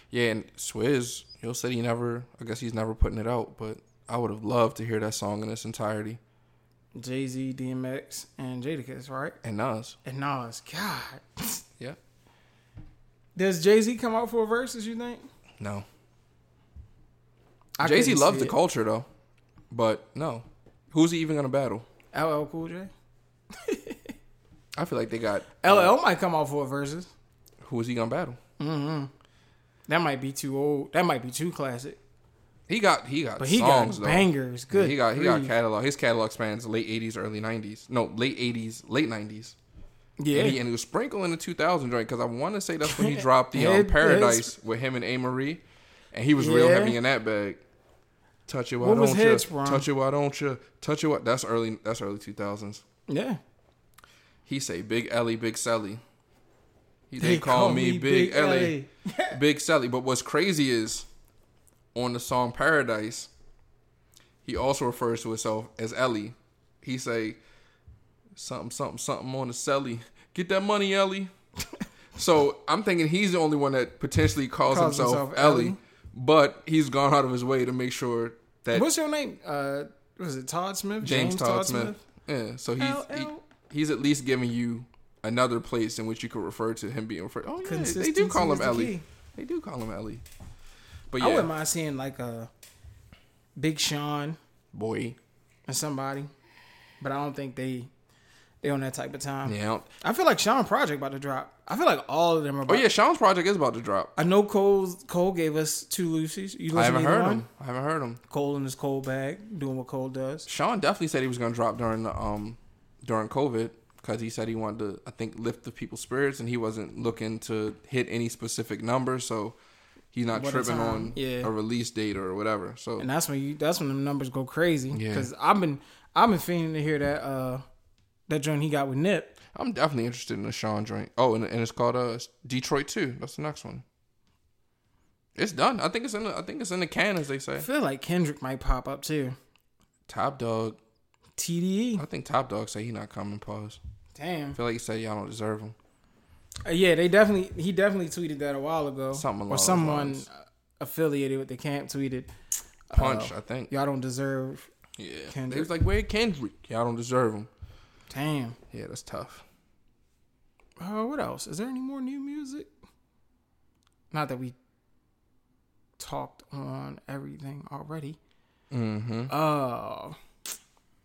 Speaker 1: yeah, and Swizz, he'll said he never. I guess he's never putting it out, but I would have loved to hear that song in its entirety.
Speaker 2: Jay Z, DMX, and Jadakiss, right?
Speaker 1: And Nas,
Speaker 2: And Nas. God,
Speaker 1: yeah,
Speaker 2: does Jay Z come out for a verses? You think?
Speaker 1: no,
Speaker 2: I
Speaker 1: Jay Z
Speaker 2: couldn't
Speaker 1: loves
Speaker 2: see
Speaker 1: the
Speaker 2: it.
Speaker 1: culture though, but no, who's he even gonna battle?
Speaker 2: LL Cool J.
Speaker 1: I feel like they got
Speaker 2: LL might come out for a versus.
Speaker 1: who is he gonna battle?
Speaker 2: That might be too old. That might be too classic.
Speaker 1: He got he got
Speaker 2: But he
Speaker 1: songs
Speaker 2: got
Speaker 1: though.
Speaker 2: bangers. Good.
Speaker 1: he got he got
Speaker 2: grief.
Speaker 1: catalog. His catalog spans late '80s, early '90s. No, late '80s, late '90s.
Speaker 2: Yeah.
Speaker 1: And, he, and he was sprinkling the 2000 joint because I want to say that's when he dropped the
Speaker 2: It
Speaker 1: um,
Speaker 2: is.
Speaker 1: Paradise with him and A Marie, and he was real
Speaker 2: Yeah.
Speaker 1: heavy in that bag. Touch it, why
Speaker 2: What was
Speaker 1: don't
Speaker 2: Head
Speaker 1: you?
Speaker 2: Sprung?
Speaker 1: Touch it, why don't you? Touch it, why? That's early. That's early 2000s.
Speaker 2: yeah.
Speaker 1: He say Big Ellie, Big Sally. He they, call, me Big, E. Ellie, Big Sally. But what's crazy is on the song Paradise, he also refers to himself as Ellie. He say something, something, something on the Sally. Get that money, Ellie. so I'm thinking he's the only one that potentially calls,
Speaker 2: Calls
Speaker 1: himself, E.
Speaker 2: himself
Speaker 1: Ellie,
Speaker 2: Ellie.
Speaker 1: but he's gone out of his way to make sure that
Speaker 2: What's your name? Uh, was it Todd Smith?
Speaker 1: James, Todd, Smith. Yeah, so he's he,
Speaker 2: LL.
Speaker 1: he's at least giving you another place in which you could refer to him being referred. Oh yeah, they do
Speaker 2: Consistency
Speaker 1: call
Speaker 2: is
Speaker 1: him
Speaker 2: the
Speaker 1: Ellie.
Speaker 2: key.
Speaker 1: They do call him Ellie. But
Speaker 2: I wouldn't
Speaker 1: yeah,
Speaker 2: mind seeing like a Big Sean
Speaker 1: boy.
Speaker 2: or somebody, but I don't think they they on that type of time.
Speaker 1: Yeah.
Speaker 2: I feel like Sean Project about to drop. I feel like all of them are.
Speaker 1: Oh
Speaker 2: About,
Speaker 1: yeah, Sean's project is about to drop.
Speaker 2: I know Cole Cole gave us two Lucy's. You listen
Speaker 1: I haven't
Speaker 2: to either
Speaker 1: heard
Speaker 2: one?
Speaker 1: him. I haven't heard him.
Speaker 2: Cole in his Cole bag doing what Cole does.
Speaker 1: Sean definitely said he was going to drop during the um during COVID because he said he wanted to I think lift the people's spirits and he wasn't looking to hit any specific number, so he's not
Speaker 2: What a
Speaker 1: tripping
Speaker 2: time.
Speaker 1: on
Speaker 2: Yeah.
Speaker 1: a release date or whatever. So
Speaker 2: and that's when you that's when the numbers go crazy.
Speaker 1: Yeah.
Speaker 2: Because I've been I've been feeling to hear that uh that joint he got with Nip.
Speaker 1: I'm definitely interested in the Sean joint. Oh, and, and it's called uh Detroit Two. That's the next one. It's done. I think it's in. The, I think it's in the can, as they say.
Speaker 2: I feel like Kendrick might pop up too.
Speaker 1: Top Dog.
Speaker 2: TDE.
Speaker 1: I think Top Dog say he not coming. Pause. I
Speaker 2: Damn.
Speaker 1: feel like he said y'all don't deserve him.
Speaker 2: Uh, yeah, they definitely he definitely tweeted that a while ago.
Speaker 1: Something along
Speaker 2: or
Speaker 1: those
Speaker 2: someone uh,
Speaker 1: lines.
Speaker 2: affiliated with the camp tweeted,
Speaker 1: Punch. I think.
Speaker 2: "Y'all don't deserve."
Speaker 1: Yeah. They
Speaker 2: Oh. Kendrick.
Speaker 1: was like, where Kendrick? Y'all don't deserve him.
Speaker 2: Damn.
Speaker 1: Yeah, that's tough.
Speaker 2: Oh, what else? Is there any more new music? Not that we talked on everything already.
Speaker 1: Mm-hmm.
Speaker 2: Oh,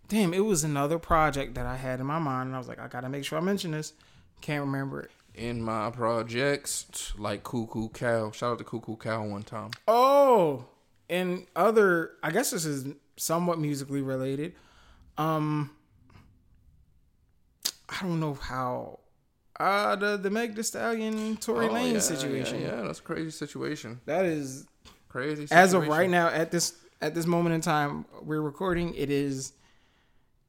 Speaker 2: damn! It was another project that I had in my mind, and I was like, I gotta make sure I mention this. Can't remember it.
Speaker 1: In my projects, like Cuckoo Cow. Shout out to Cuckoo Cow one time.
Speaker 2: Oh, and other. I guess this is somewhat musically related. Um, I don't know how. Uh, the the Meg Thee Stallion Tory
Speaker 1: Oh,
Speaker 2: Lane
Speaker 1: yeah,
Speaker 2: situation.
Speaker 1: Yeah, yeah, that's a crazy situation.
Speaker 2: That is
Speaker 1: Crazy. Situation.
Speaker 2: as of right now at this at this moment in time we're recording it is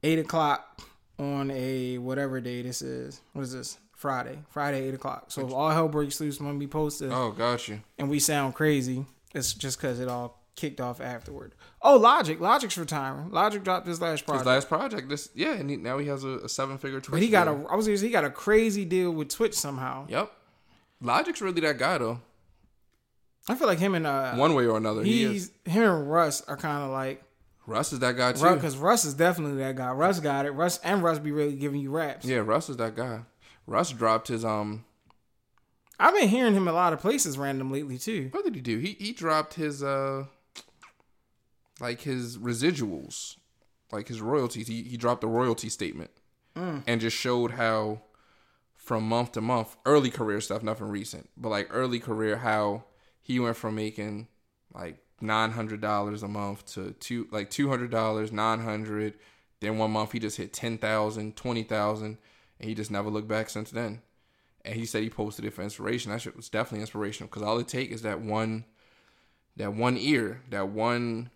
Speaker 2: eight o'clock on a whatever day this is what is this friday friday eight o'clock so if all hell breaks loose when we post this
Speaker 1: Oh, got you.
Speaker 2: and we sound crazy it's just because it all kicked off afterward oh logic logic's retiring logic dropped his last
Speaker 1: His
Speaker 2: project
Speaker 1: last project. This yeah, and he, now he has a, a seven figure Twitch.
Speaker 2: but he got
Speaker 1: deal.
Speaker 2: a i was gonna say he got a crazy deal with twitch somehow
Speaker 1: yep. Logic's really that guy though,
Speaker 2: i feel like him and uh
Speaker 1: one way or another. He is.
Speaker 2: he's him and russ are kind of like
Speaker 1: Russ is that guy too.
Speaker 2: because russ is definitely that guy russ got it russ and russ be really giving you raps
Speaker 1: yeah, Russ is that guy. Russ dropped his um.
Speaker 2: I've been hearing him a lot of places random lately too.
Speaker 1: What did he do? He he dropped his uh. Like his residuals, like his royalties. He he dropped a royalty statement, and just showed how, from month to month, early career stuff, nothing recent, but like early career, how he went from making like nine hundred dollars a month to two like two hundred dollars, nine hundred. Then one month he just hit ten thousand, twenty thousand, and he just never looked back since then. And he said he posted it for inspiration. That shit was definitely inspirational because all it take is that one, that one ear, that one,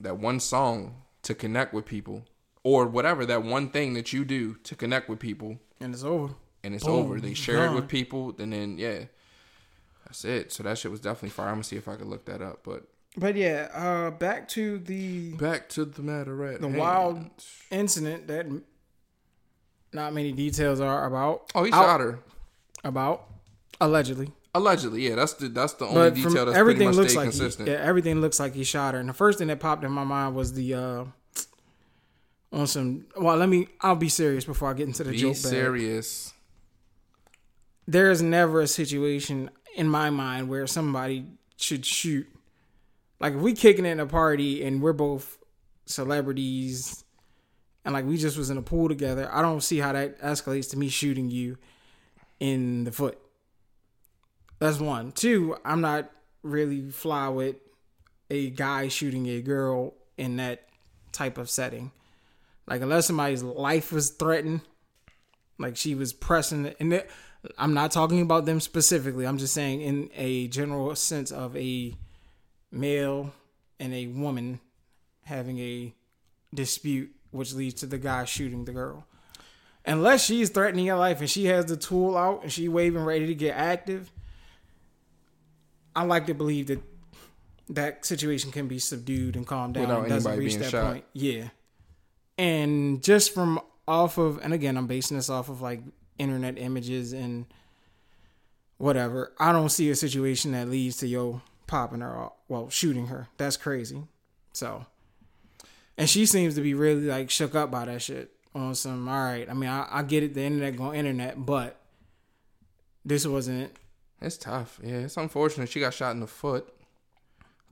Speaker 1: that one song to connect with people, or whatever that one thing that you do to connect with people,
Speaker 2: And it's over.
Speaker 1: and it's
Speaker 2: Boom,
Speaker 1: over. They share it
Speaker 2: gone.
Speaker 1: with people, and then yeah, that's it. So that shit was definitely fire. I'm gonna see if I could look that up, but
Speaker 2: But yeah, uh back to the
Speaker 1: Back to the matter at
Speaker 2: the
Speaker 1: hand.
Speaker 2: wild incident that m- not many details are about.
Speaker 1: Oh, he
Speaker 2: out-
Speaker 1: shot her.
Speaker 2: about allegedly.
Speaker 1: Allegedly, yeah. That's the that's the only
Speaker 2: But
Speaker 1: detail
Speaker 2: from
Speaker 1: that's
Speaker 2: everything
Speaker 1: pretty much
Speaker 2: looks
Speaker 1: stayed
Speaker 2: like
Speaker 1: consistent.
Speaker 2: He, yeah, everything looks like he shot her. And the first thing that popped in my mind was the uh on some well, let me I'll be serious before I get into the
Speaker 1: Be
Speaker 2: joke bag.
Speaker 1: serious.
Speaker 2: there is never a situation in my mind where somebody should shoot Like if we kicking it in a party and we're both celebrities and like we just was in a pool together, I don't see how that escalates to me shooting you in the foot. That's one. Two, I'm not really fly with a guy shooting a girl in that type of setting. Like unless somebody's life was threatened, like she was pressing, and it, I'm not talking about them specifically. I'm just saying in a general sense of a male and a woman having a dispute, which leads to the guy shooting the girl. Unless she's threatening your life and she has the tool out and she waving ready to get active, I like to believe that that situation can be subdued and calmed down.
Speaker 1: Without
Speaker 2: and doesn't
Speaker 1: anybody
Speaker 2: reach
Speaker 1: being
Speaker 2: that
Speaker 1: shot.
Speaker 2: point. Yeah. And just from off of, and again, I'm basing this off of like internet images and whatever. I don't see a situation that leads to yo popping her off, well, shooting her. That's crazy. So, and she seems to be really like shook up by that shit. On some, all right. I mean, I, I get it. The internet going internet, but this wasn't it.
Speaker 1: It's tough. Yeah, it's unfortunate. She got shot in the foot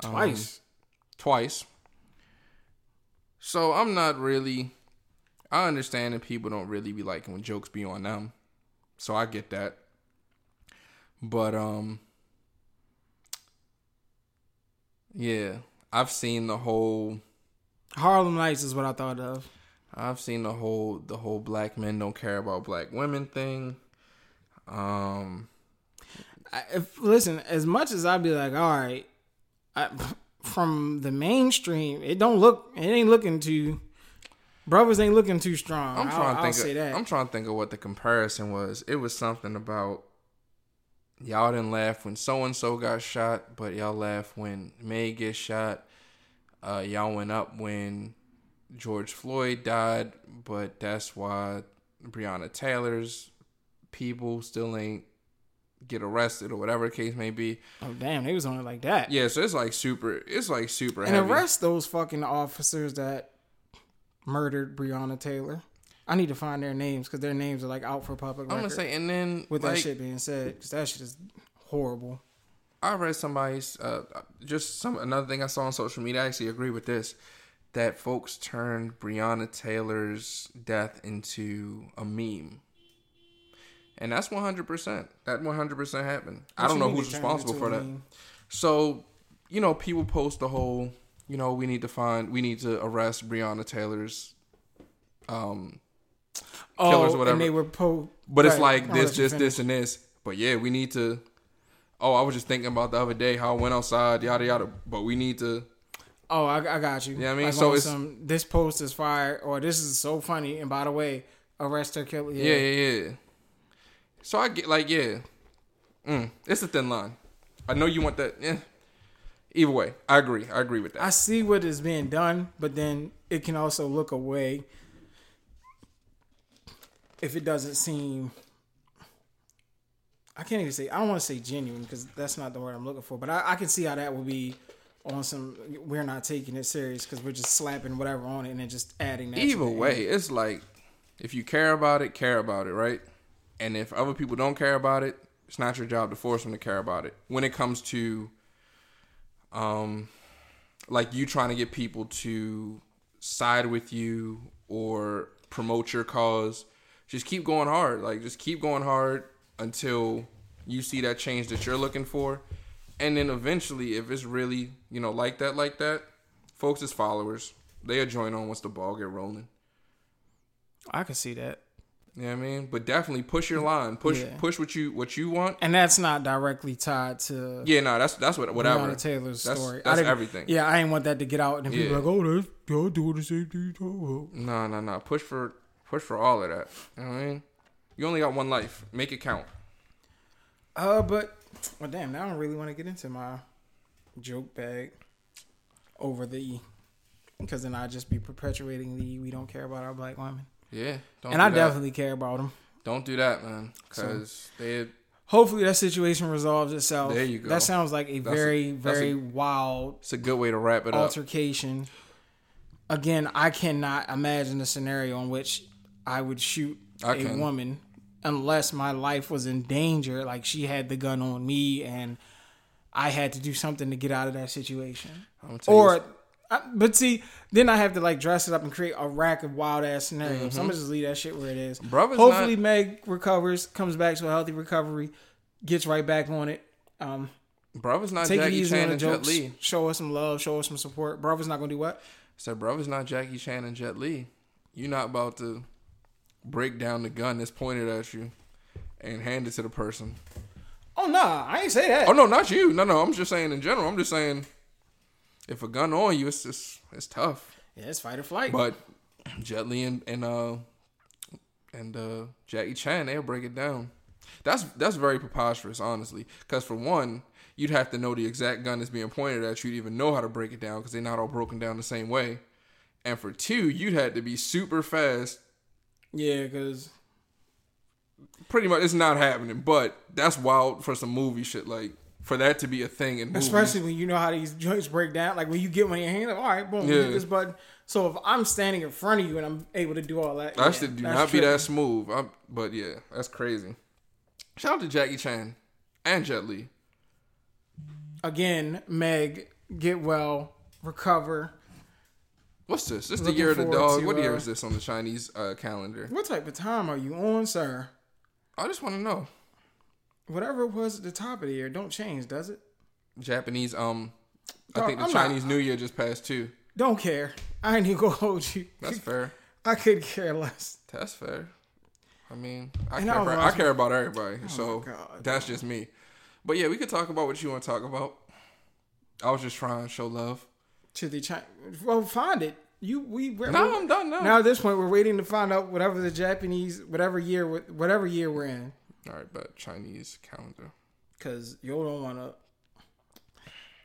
Speaker 1: Um,
Speaker 2: twice.
Speaker 1: twice. So I'm not really. I understand that people don't really be liking when jokes be on them, so I get that. But um, yeah, I've seen the whole.
Speaker 2: Harlem Nights is what I thought of.
Speaker 1: I've seen the whole the whole black men don't care about black women thing. Um,
Speaker 2: I, if listen, as much as I'd be like, all right, I, from the mainstream, it don't look, it ain't looking too. Brothers ain't looking too strong.
Speaker 1: I'm
Speaker 2: I'll-
Speaker 1: trying to
Speaker 2: I'll
Speaker 1: think.
Speaker 2: say
Speaker 1: of,
Speaker 2: that.
Speaker 1: I'm trying to think of what the comparison was. It was something about y'all didn't laugh when so and so got shot, but y'all laughed when May gets shot. Uh, y'all went up when George Floyd died, but that's why Breonna Taylor's people still ain't get arrested or whatever the case may be.
Speaker 2: oh damn, they was on it like that.
Speaker 1: Yeah, so it's like super. It's like super.
Speaker 2: and
Speaker 1: heavy.
Speaker 2: arrest those fucking officers that murdered Breonna Taylor. I need to find their names because their names are like out for public
Speaker 1: I'm
Speaker 2: record.
Speaker 1: gonna say, and then
Speaker 2: with
Speaker 1: like,
Speaker 2: that shit being said, because that shit is horrible.
Speaker 1: I read somebody's uh, just some another thing I saw on social media. I actually agree with this that folks turned Breonna Taylor's death into a meme, and that's one hundred percent. That one hundred percent happened. I don't
Speaker 2: What
Speaker 1: know
Speaker 2: you mean
Speaker 1: who's
Speaker 2: they turned it
Speaker 1: responsible
Speaker 2: to
Speaker 1: for
Speaker 2: a
Speaker 1: that.
Speaker 2: meme?
Speaker 1: So you know, people post the whole. You know, we need to find. We need to arrest Breonna Taylor's. Um,
Speaker 2: Oh,
Speaker 1: Killers or
Speaker 2: whatever.
Speaker 1: whatever.
Speaker 2: and they were po-
Speaker 1: but it's
Speaker 2: Right, Oh,
Speaker 1: like
Speaker 2: I'll
Speaker 1: this,
Speaker 2: let you
Speaker 1: this, this, and this. But yeah, we need to. Oh, I was just thinking about the other day how I went outside, yada yada. But we need to.
Speaker 2: Oh, I, I got you.
Speaker 1: know what I mean?
Speaker 2: Like
Speaker 1: So
Speaker 2: on
Speaker 1: it's-
Speaker 2: some, this post is fire, or this is so funny. And by the way, arrest her killer.
Speaker 1: Yeah, yeah, yeah. So I get like, yeah, mm, it's a thin line. I know you want that. Yeah. Either way, I agree. I agree with that.
Speaker 2: I see what is being done, but then it can also look away if it doesn't seem. I can't even say. I don't want to say genuine because that's not the word I'm looking for. But I, I can see how that would be on some. We're not taking it serious because we're just slapping whatever on it and then just adding that. to
Speaker 1: Either
Speaker 2: the end.
Speaker 1: way, it's like if you care about it, care about it, right? And if other people don't care about it, it's not your job to force them to care about it. When it comes to, um, like you trying to get people to side with you or promote your cause, just keep going hard. Like just keep going hard until you see that change that you're looking for, and then eventually, if it's really you know like that, like that, folks is followers. They'll join on once the ball get rolling.
Speaker 2: I can see that.
Speaker 1: You know what I mean? But definitely push your line. Push
Speaker 2: Yeah.
Speaker 1: push what you what you want.
Speaker 2: And that's not directly tied to
Speaker 1: Yeah, no, that's that's what whatever.
Speaker 2: Breonna Taylor's
Speaker 1: That's-
Speaker 2: story.
Speaker 1: that's
Speaker 2: I didn't-
Speaker 1: everything.
Speaker 2: Yeah, I ain't want that to get out and then people
Speaker 1: Yeah.
Speaker 2: like, oh, that's, y'all doing the same thing. you talking about."
Speaker 1: No, no, no. Push for push for all of that. You know what I mean? You only got one life. Make it count.
Speaker 2: Uh, but well, damn, now I don't really want to get into my joke bag over the because then I would just be perpetuating the we don't care about our black women,
Speaker 1: Yeah. Don't
Speaker 2: and
Speaker 1: do
Speaker 2: I
Speaker 1: that.
Speaker 2: definitely care about them.
Speaker 1: don't do that, man. Cause they
Speaker 2: Hopefully, that situation resolves itself.
Speaker 1: There you go.
Speaker 2: That sounds like a
Speaker 1: That's a-
Speaker 2: very,
Speaker 1: that's a-
Speaker 2: very wild
Speaker 1: it's a good way to wrap it up.
Speaker 2: altercation. Again, I cannot imagine a scenario in which I would shoot
Speaker 1: I
Speaker 2: a
Speaker 1: can.
Speaker 2: woman unless my life was in danger, like she had the gun on me and I had to do something to get out of that situation.
Speaker 1: I'm gonna tell you
Speaker 2: Or, I, but see, then I have to like dress it up and create a rack of wild ass scenarios. I'm gonna just leave that shit where it is.
Speaker 1: Mm-hmm. Brother's
Speaker 2: Hopefully, Meg recovers, comes back to a healthy recovery, gets right back on it. Um,
Speaker 1: Brother's not
Speaker 2: take it
Speaker 1: Jackie
Speaker 2: easy on
Speaker 1: Chan
Speaker 2: the
Speaker 1: and Jet
Speaker 2: jokes.
Speaker 1: Li.
Speaker 2: Show us some love. Show us some support. Brother's not gonna do what?
Speaker 1: So brother's not Jackie Chan and Jet Li. You're not about to break down the gun that's pointed at you and hand it to the person.
Speaker 2: Oh nah, I ain't say that.
Speaker 1: Oh no, not you. No, no. I'm just saying in general. I'm just saying if a gun on you, it's just it's tough.
Speaker 2: Yeah, it's fight or flight.
Speaker 1: But Jet Li and and uh and uh Jackie Chan, they'll break it down. That's that's very preposterous, honestly. Because for one, you'd have to know the exact gun that's being pointed at you to even know how to break it down, because they're not all broken down the same way. And for two, you'd had to be super fast.
Speaker 2: yeah, because
Speaker 1: Pretty much, it's not happening. But that's wild for some movie shit. Like for that to be a thing in movies.
Speaker 2: especially when you know how these joints break down, like when you get one in your hand, like all right, boom, you
Speaker 1: Yeah.
Speaker 2: hit this button. So if I'm standing in front of you and I'm able to do all that,
Speaker 1: I
Speaker 2: yeah,
Speaker 1: should do
Speaker 2: that's
Speaker 1: not be
Speaker 2: tripping.
Speaker 1: that smooth. I'm, but yeah, that's crazy. Shout out to Jackie Chan and Jet Li.
Speaker 2: Again, Meg, get well, recover.
Speaker 1: What's this? This the
Speaker 2: Looking
Speaker 1: year of the
Speaker 2: forward
Speaker 1: dog.
Speaker 2: to,
Speaker 1: what year
Speaker 2: uh,
Speaker 1: is this on the Chinese uh, calendar?
Speaker 2: What type of time are you on, sir?
Speaker 1: I just want to know.
Speaker 2: Whatever it was at the top of the year, don't change, does it?
Speaker 1: Japanese. Um, I
Speaker 2: Dog,
Speaker 1: think the
Speaker 2: I'm not-
Speaker 1: Chinese New Year just passed too.
Speaker 2: Don't care. I ain't even gonna hold you.
Speaker 1: That's fair.
Speaker 2: I could care less.
Speaker 1: That's fair. I mean, I
Speaker 2: And
Speaker 1: care,
Speaker 2: I
Speaker 1: about, I
Speaker 2: was-
Speaker 1: care about everybody. so
Speaker 2: God.
Speaker 1: that's just me. But yeah, we could talk about what you want to talk about. I was just trying to show love.
Speaker 2: To the China, well, find it. You we we're,
Speaker 1: No, I'm done now.
Speaker 2: now at this point we're waiting to find out whatever the Japanese whatever year whatever year we're in.
Speaker 1: All right, but Chinese calendar.
Speaker 2: Cause you don't want to.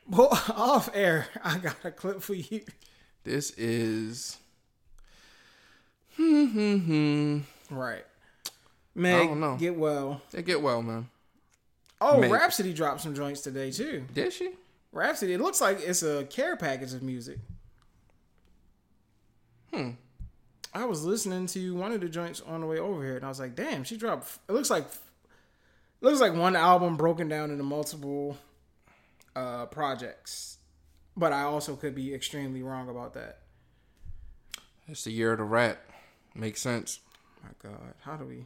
Speaker 2: Well, off air, I got a clip for you.
Speaker 1: This is. Hmm hmm hmm.
Speaker 2: Right,
Speaker 1: I don't know.
Speaker 2: Meg, get well.
Speaker 1: They get well, man.
Speaker 2: Oh,
Speaker 1: Meg.
Speaker 2: Rhapsody dropped some joints today too.
Speaker 1: Did she?
Speaker 2: Rhapsody, it looks like it's a care package of music.
Speaker 1: Hmm.
Speaker 2: I was listening to one of the joints on the way over here, and I was like, "Damn, she dropped." It looks like, it looks like one album broken down into multiple uh, projects, but I also could be extremely wrong about that.
Speaker 1: It's the year of the rat. Makes sense.
Speaker 2: My God, how do we?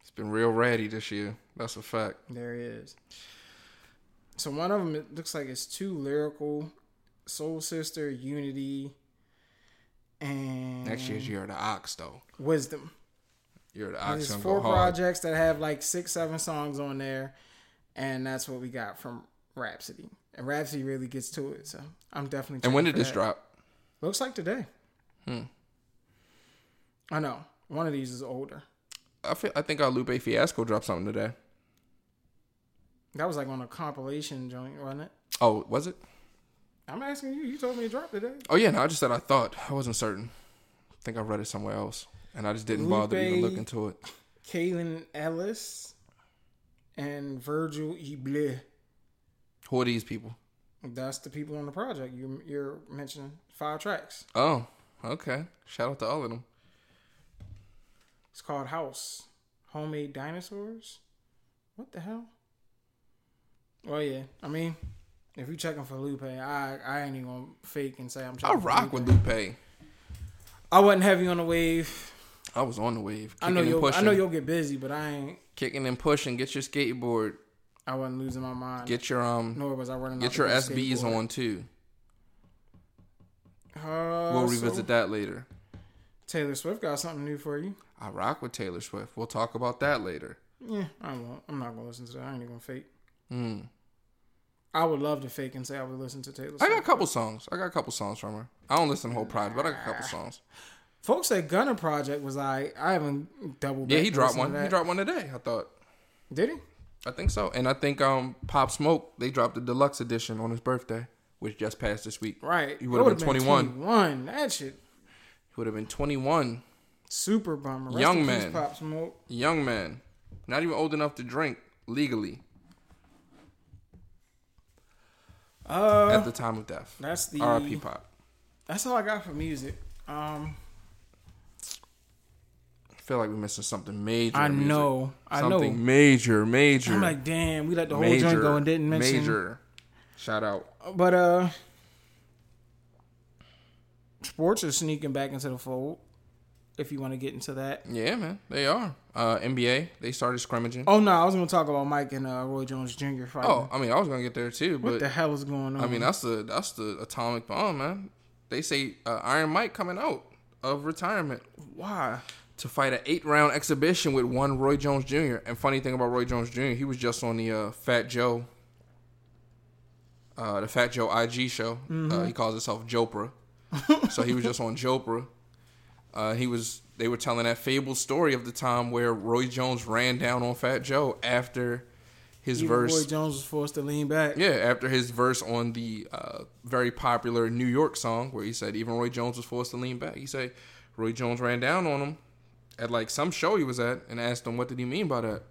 Speaker 1: It's been real ratty this year. That's a fact.
Speaker 2: There he is. So one of them it looks like it's two lyrical, Soul Sister, Unity, and
Speaker 1: Next year's year of the ox, though.
Speaker 2: Wisdom.
Speaker 1: Year of the
Speaker 2: And
Speaker 1: ox
Speaker 2: There's
Speaker 1: gonna
Speaker 2: four
Speaker 1: go hard.
Speaker 2: projects that have like six, seven songs on there, and that's what we got from Rhapsody. And Rhapsody really gets to it, so I'm definitely.
Speaker 1: And when did
Speaker 2: checking for
Speaker 1: this
Speaker 2: that.
Speaker 1: drop?
Speaker 2: Looks like today. Hmm. I know one of these is older.
Speaker 1: I feel, I think our Lupe Fiasco dropped something today.
Speaker 2: That was like on a compilation joint, wasn't it?
Speaker 1: Oh, was it?
Speaker 2: I'm asking you. You told me it dropped today.
Speaker 1: Oh yeah, no, I just said I thought. I wasn't certain. I think I read it somewhere else, and I just didn't bother to even
Speaker 2: Lupe-
Speaker 1: look into it.
Speaker 2: Kaylin Ellis and Virgil Ible.
Speaker 1: Who are these people?
Speaker 2: That's the people on the project. You, you're mentioning five tracks.
Speaker 1: Oh, okay. Shout out to all of them.
Speaker 2: It's called House. Homemade Dinosaurs? What the hell? Well, yeah. I mean, if you're checking for Lupe, I, I ain't even going to fake and say I'm
Speaker 1: I
Speaker 2: checking for
Speaker 1: rock
Speaker 2: Lupe.
Speaker 1: with Lupe.
Speaker 2: I wasn't heavy on the wave.
Speaker 1: I was on the wave.
Speaker 2: I know,
Speaker 1: Kicking and
Speaker 2: you'll, I
Speaker 1: pushing.
Speaker 2: know you'll get busy, but I ain't.
Speaker 1: Kicking and pushing. Get your skateboard.
Speaker 2: I wasn't losing my mind.
Speaker 1: Get your um.
Speaker 2: nor was I running. out
Speaker 1: Get
Speaker 2: to
Speaker 1: your
Speaker 2: get a
Speaker 1: SBs
Speaker 2: skateboard.
Speaker 1: on too.
Speaker 2: Uh,
Speaker 1: We'll
Speaker 2: so
Speaker 1: revisit that later.
Speaker 2: Taylor Swift got something new for you.
Speaker 1: I rock with Taylor Swift. We'll talk about that later.
Speaker 2: Yeah, I won't. I'm not gonna listen to that. I ain't even gonna fake.
Speaker 1: Mm.
Speaker 2: I would love to fake and say I would listen to Taylor.
Speaker 1: I
Speaker 2: Swift.
Speaker 1: got a couple songs. I got a couple songs from her. I don't listen to whole project, but I got a couple songs.
Speaker 2: Folks at Gunner Project was like, I haven't doubled.
Speaker 1: Yeah,
Speaker 2: back
Speaker 1: he
Speaker 2: to
Speaker 1: dropped
Speaker 2: listen to
Speaker 1: one. He
Speaker 2: that.
Speaker 1: dropped one today. I thought.
Speaker 2: Did he?
Speaker 1: I think so. And I think um Pop Smoke they dropped the deluxe edition on his birthday, which just passed this week.
Speaker 2: Right.
Speaker 1: He would've
Speaker 2: It would've
Speaker 1: been 21.
Speaker 2: 21. That shit,
Speaker 1: He would have been 21,
Speaker 2: super bummer. Rest
Speaker 1: Young
Speaker 2: in peace,
Speaker 1: man.
Speaker 2: Pop Smoke.
Speaker 1: young man, not even old enough to drink legally
Speaker 2: Uh,
Speaker 1: at the time of death.
Speaker 2: that's the.
Speaker 1: R.I.P. Pop.
Speaker 2: That's all I got for music. Um,
Speaker 1: I feel like we're missing something major.
Speaker 2: I
Speaker 1: in music.
Speaker 2: know, I know.
Speaker 1: Something major, major.
Speaker 2: I'm like, damn, we let the whole joint go and didn't mention
Speaker 1: major. Shout out.
Speaker 2: But uh sports are sneaking back into the fold if you want to get into that.
Speaker 1: Yeah, man, they are. Uh, NBA, they started scrimmaging. Oh,
Speaker 2: Oh no, I was gonna talk about Mike and uh, Roy Jones Jr. fighting.
Speaker 1: I mean, I was gonna get there too,
Speaker 2: what
Speaker 1: Oh, but
Speaker 2: the hell is going on?
Speaker 1: I mean, that's the that's the atomic bomb, man. They say uh, Iron Mike coming out of retirement
Speaker 2: why?
Speaker 1: to fight an eight round exhibition with one Roy Jones Jr. And funny thing about Roy Jones Jr. He was just on the uh, Fat Joe, uh, the Fat Joe IG show.
Speaker 2: Mm-hmm.
Speaker 1: Uh, he calls himself Jopra, so he was just on Jopra. Uh, he was. They were telling that fabled story of the time where Roy Jones ran down on Fat Joe after his
Speaker 2: Even
Speaker 1: verse.
Speaker 2: Roy Jones was forced to lean back.
Speaker 1: Yeah, after his verse on the uh, very popular New York song, where he said even Roy Jones was forced to lean back. He said Roy Jones ran down on him at like some show he was at and asked him what did he mean by that.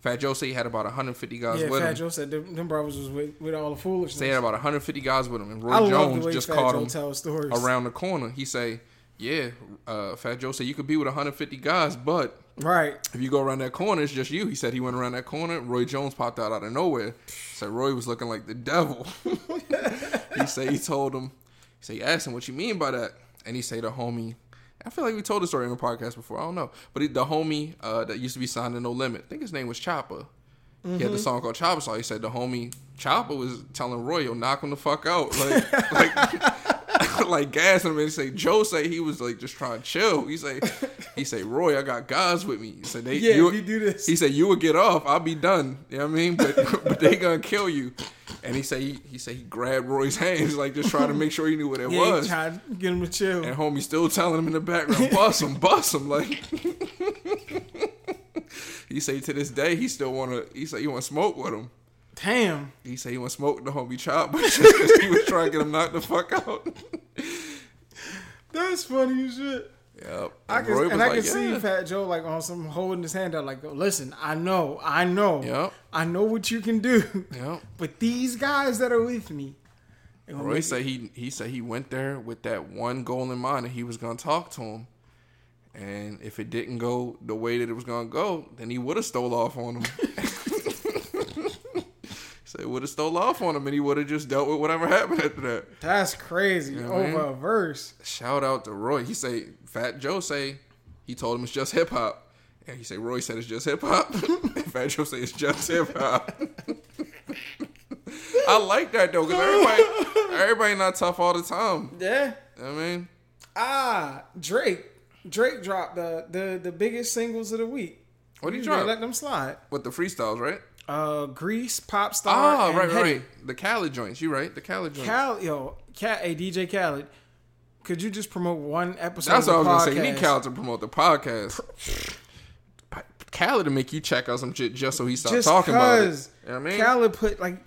Speaker 1: Fat Joe said he had about 150 guys
Speaker 2: Yeah,
Speaker 1: with
Speaker 2: Fat
Speaker 1: him.
Speaker 2: Joe said them, them brothers was with, with all the foolishness.
Speaker 1: They had about 150 guys with him, and Roy
Speaker 2: I love the
Speaker 1: Jones
Speaker 2: way
Speaker 1: just
Speaker 2: Fat
Speaker 1: caught
Speaker 2: Joe
Speaker 1: him
Speaker 2: tells stories.
Speaker 1: around the corner. He say, "Yeah, uh, Fat Joe said you could be with 150 guys, but
Speaker 2: Right.
Speaker 1: if you go around that corner, it's just you." He said he went around that corner. Roy Jones popped out out of nowhere. Said Roy was looking like the devil. he said he told him. He said he asked him what you mean by that, and he said the homie. I feel like we told the story on the podcast before. I don't know, but he, the homie uh, that used to be signed to No Limit, I think his name was Chopper. He
Speaker 2: Mm-hmm.
Speaker 1: had the song called Chopper. So he said the homie Chopper was telling Roy, "Yo, knock him the fuck out," like like like gassing him. And he say Joe say he was like just trying to chill. He say he say Roy, I got guys with me. He said they
Speaker 2: Yeah, if you do this.
Speaker 1: he said, "You will get off. I'll be done." You know what I mean? But but they gonna kill you. And he said he, he said he grabbed Roy's hands, like just trying to make sure he knew what it
Speaker 2: Yeah,
Speaker 1: was.
Speaker 2: he tried to get him to chill.
Speaker 1: and homie still telling him in the background, "Bust him, bust him!" Like he say to this day, he still wanna. He say he want to smoke with him.
Speaker 2: Damn.
Speaker 1: He say he want to smoke with the homie chop, but just because he was trying to get him knocked the fuck out.
Speaker 2: That's funny as shit.
Speaker 1: Yep.
Speaker 2: I
Speaker 1: And
Speaker 2: can,
Speaker 1: Roy was
Speaker 2: and I
Speaker 1: like,
Speaker 2: can see
Speaker 1: "Yeah."
Speaker 2: Fat Joe like on some holding his hand out, like, listen, I know, I know,
Speaker 1: Yep.
Speaker 2: I know what you can do,
Speaker 1: Yep.
Speaker 2: but these guys that are with me, they gonna
Speaker 1: Roy
Speaker 2: make
Speaker 1: said he he said he went there with that one goal in mind and he was gonna talk to him. And if it didn't go the way that it was gonna go, then he would have stole off on him. so he would have stole off on him and he would have just dealt with whatever happened after that.
Speaker 2: it- that's crazy
Speaker 1: know what I
Speaker 2: over a verse.
Speaker 1: Shout out to Roy. He say Fat Joe say he told him it's just hip hop. And he say Roy said it's just hip hop. And Fat Joe say it's just hip hop. I like that though, because everybody everybody not tough all the time.
Speaker 2: Yeah.
Speaker 1: I mean,
Speaker 2: Ah, Drake, Drake dropped the the the biggest singles of the week.
Speaker 1: What did he
Speaker 2: You know,
Speaker 1: drop?
Speaker 2: Let them slide.
Speaker 1: with the freestyles, right?
Speaker 2: Uh, Grease, pop star.
Speaker 1: Ah,
Speaker 2: and
Speaker 1: right, right,
Speaker 2: Heady.
Speaker 1: right. The Khaled joints. You right? The Khaled joints.
Speaker 2: Cal, yo, Cat, a DJ Khaled. Could you just promote one episode?
Speaker 1: That's
Speaker 2: of
Speaker 1: what I
Speaker 2: the
Speaker 1: was gonna say. You
Speaker 2: podcast?
Speaker 1: need Khaled to promote the podcast. Khaled to make you check out some shit just so he stops
Speaker 2: just
Speaker 1: talking about it.
Speaker 2: cause
Speaker 1: You know what I mean?
Speaker 2: Khaled put like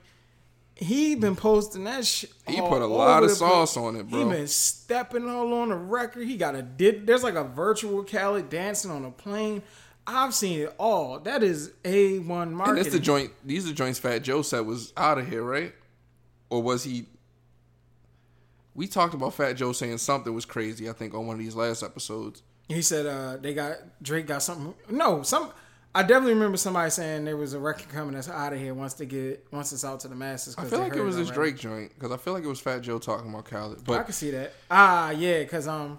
Speaker 2: he been posting that shit.
Speaker 1: he
Speaker 2: all
Speaker 1: put a
Speaker 2: over
Speaker 1: lot of
Speaker 2: the place.
Speaker 1: sauce on it,
Speaker 2: He
Speaker 1: bro.
Speaker 2: been stepping all on the record. He got a did. There's like a virtual Khaled dancing on a plane. I've seen it all. That is a one
Speaker 1: And
Speaker 2: marketing.
Speaker 1: that's the joint. These are the joints Fat Joe said was out of here, right? Or was he? We talked about Fat Joe saying something was crazy. I think on one of these last episodes.
Speaker 2: He said uh, they got Drake got something. No, some. I definitely remember somebody saying there was a record coming that's out of here once they get once it's out to the masses.
Speaker 1: I feel like it was this Drake joint because I feel like it was Fat Joe talking about Khaled. But
Speaker 2: I can see that. Ah, yeah, because um,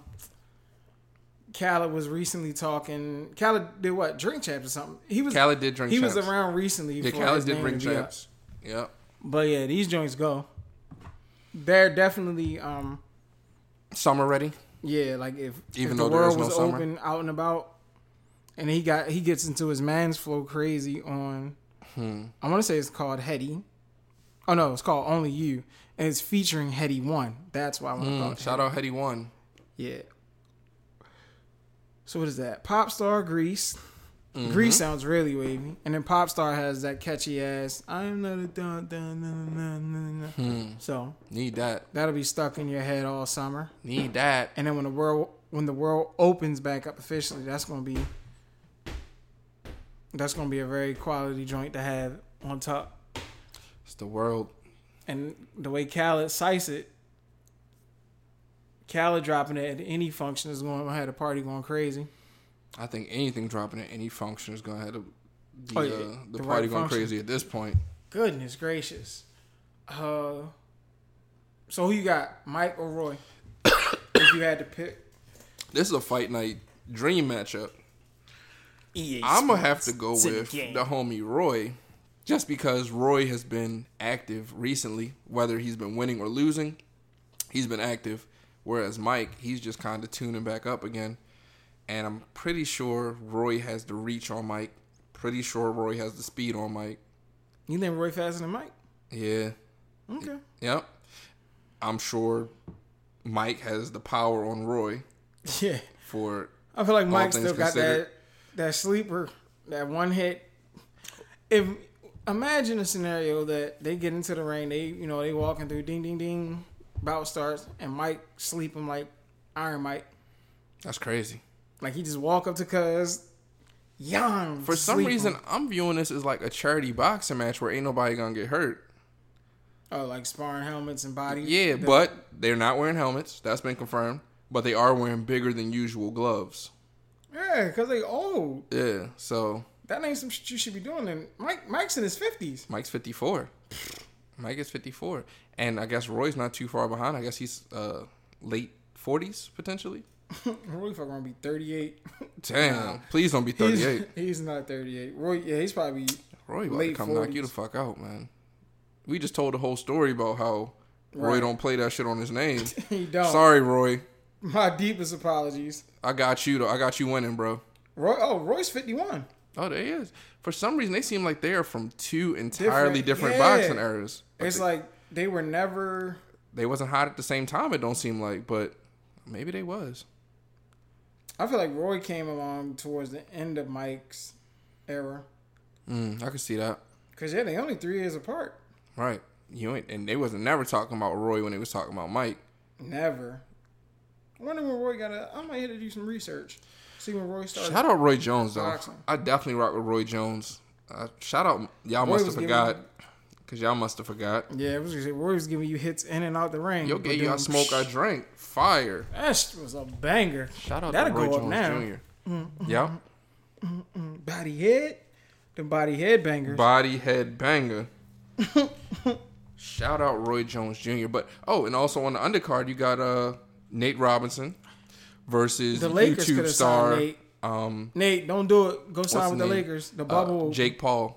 Speaker 2: Khaled was recently talking. Khaled did what? Drink Chaps or something. He was
Speaker 1: Khaled did drink
Speaker 2: He was
Speaker 1: Chaps.
Speaker 2: around recently.
Speaker 1: Yeah,
Speaker 2: for his
Speaker 1: Khaled did
Speaker 2: name
Speaker 1: bring
Speaker 2: to be up.
Speaker 1: chaps. Yep.
Speaker 2: But yeah, these joints go. They're definitely um,
Speaker 1: Summer ready.
Speaker 2: yeah, like if
Speaker 1: Even
Speaker 2: if
Speaker 1: though
Speaker 2: the
Speaker 1: there is
Speaker 2: world
Speaker 1: no
Speaker 2: was
Speaker 1: summer?
Speaker 2: open out and about, and he got he gets into his man's flow crazy on.
Speaker 1: Hmm.
Speaker 2: I want to say it's called Hetty. Oh no, it's called Only You, and it's featuring Hetty One. That's why I want to call it.
Speaker 1: Uh, Shout out Hetty One.
Speaker 2: Yeah. So what is that? Pop star Grease.
Speaker 1: Mm-hmm.
Speaker 2: Grease sounds really wavy, and then Pop Star has that catchy ass. I'm not a dun dun dun dun dun.
Speaker 1: Hmm.
Speaker 2: dun." So
Speaker 1: Need that.
Speaker 2: that'll be stuck in your head all summer,
Speaker 1: Need that.
Speaker 2: and then when the world when the world opens back up officially, that's gonna be that's gonna be a very quality joint to have on top.
Speaker 1: It's the world.
Speaker 2: And the way Khaled cites it, Khaled dropping it at any function is going to have a party going crazy.
Speaker 1: I think anything dropping at any function is gonna have the the,
Speaker 2: Oh, yeah,
Speaker 1: uh, the, party
Speaker 2: the right
Speaker 1: going
Speaker 2: function.
Speaker 1: crazy at this point.
Speaker 2: Goodness gracious. Uh, so who you got, Mike or Roy? if you had to pick,
Speaker 1: This is a fight night dream matchup.
Speaker 3: EA
Speaker 1: I'm gonna have to go
Speaker 3: It's in the
Speaker 1: with
Speaker 3: game.
Speaker 1: the homie Roy, just because Roy has been active recently. Whether he's been winning or losing, he's been active. Whereas Mike, he's just kind of tuning back up again. And I'm pretty sure Roy has the reach on Mike. Pretty sure Roy has the speed on Mike.
Speaker 2: you think Roy faster than Mike?
Speaker 1: Yeah.
Speaker 2: Okay.
Speaker 1: Yep. I'm sure Mike has the power on Roy
Speaker 2: Yeah,
Speaker 1: for
Speaker 2: I feel like Mike
Speaker 1: things
Speaker 2: still got
Speaker 1: considered.
Speaker 2: that that sleeper, that one hit. If imagine a scenario that they get into the ring, they you know they walking through, ding ding ding, bout starts, and Mike sleep him like Iron Mike.
Speaker 1: that's crazy.
Speaker 2: Like he just walk up to Cuz, young.
Speaker 1: For some reason, I'm viewing this as like a charity boxing match where ain't nobody gonna get hurt.
Speaker 2: oh, like sparring helmets and body.
Speaker 1: Yeah, but they're not wearing helmets. That's been confirmed. But they are wearing bigger than usual gloves.
Speaker 2: yeah, cause they old.
Speaker 1: Yeah. So
Speaker 2: That ain't some shit you should be doing. And Mike, Mike's in his fifties.
Speaker 1: Mike's 54. Mike is 54, and I guess Roy's not too far behind. I guess he's uh, late 40s potentially.
Speaker 2: Roy fuck gonna be thirty eight.
Speaker 1: Damn. Please don't be 38.
Speaker 2: He's, he's not thirty eight. Roy, yeah, he's probably
Speaker 1: Roy about to
Speaker 2: late
Speaker 1: come knock you the
Speaker 2: 40s.
Speaker 1: fuck out, man. We just told the whole story about how Roy
Speaker 2: Right.
Speaker 1: don't play that shit on his name.
Speaker 2: he don't.
Speaker 1: Sorry, Roy.
Speaker 2: My deepest apologies.
Speaker 1: I got you though. I got you winning, bro.
Speaker 2: Roy, oh, Roy's fifty one.
Speaker 1: Oh, there he is. For some reason, they seem like they are from two entirely different,
Speaker 2: Different, yeah.
Speaker 1: boxing eras.
Speaker 2: It's
Speaker 1: they,
Speaker 2: like they were never.
Speaker 1: they wasn't hot at the same time. It don't seem like, but maybe they was.
Speaker 2: I feel like Roy came along towards the end of Mike's era.
Speaker 1: Mm, I could see that.
Speaker 2: Cause yeah, they only three years apart.
Speaker 1: Right. You ain't, and they wasn't never talking about Roy when they was talking about Mike.
Speaker 2: Never. I wonder when Roy got a. I might have to do some research. See when Roy started.
Speaker 1: Shout out Roy Jones though.
Speaker 2: Boxing.
Speaker 1: I definitely rock with Roy Jones. Uh, shout out y'all
Speaker 2: Roy
Speaker 1: must have
Speaker 2: was
Speaker 1: forgot
Speaker 2: giving-
Speaker 1: because y'all must have forgot.
Speaker 2: Yeah, it was just, Roy was giving you hits in and out the ring.
Speaker 1: Yo, get you I
Speaker 2: But then-
Speaker 1: smoke, I drink. Fire.
Speaker 2: That sh- was a banger.
Speaker 1: Shout out
Speaker 2: That'll
Speaker 1: to Roy
Speaker 2: go up
Speaker 1: Jones
Speaker 2: now.
Speaker 1: Jr. Yeah.
Speaker 2: Body head, the body head bangers.
Speaker 1: Body head banger. Shout out Roy Jones Jr. But oh, and also on the undercard you got uh Nate Robinson versus
Speaker 2: the Lakers could
Speaker 1: YouTube
Speaker 2: have
Speaker 1: star
Speaker 2: signed Nate.
Speaker 1: um
Speaker 2: Nate, don't do it. Go sign
Speaker 1: his
Speaker 2: with the
Speaker 1: name?
Speaker 2: Lakers. The
Speaker 1: uh,
Speaker 2: bubble.
Speaker 1: Jake Paul.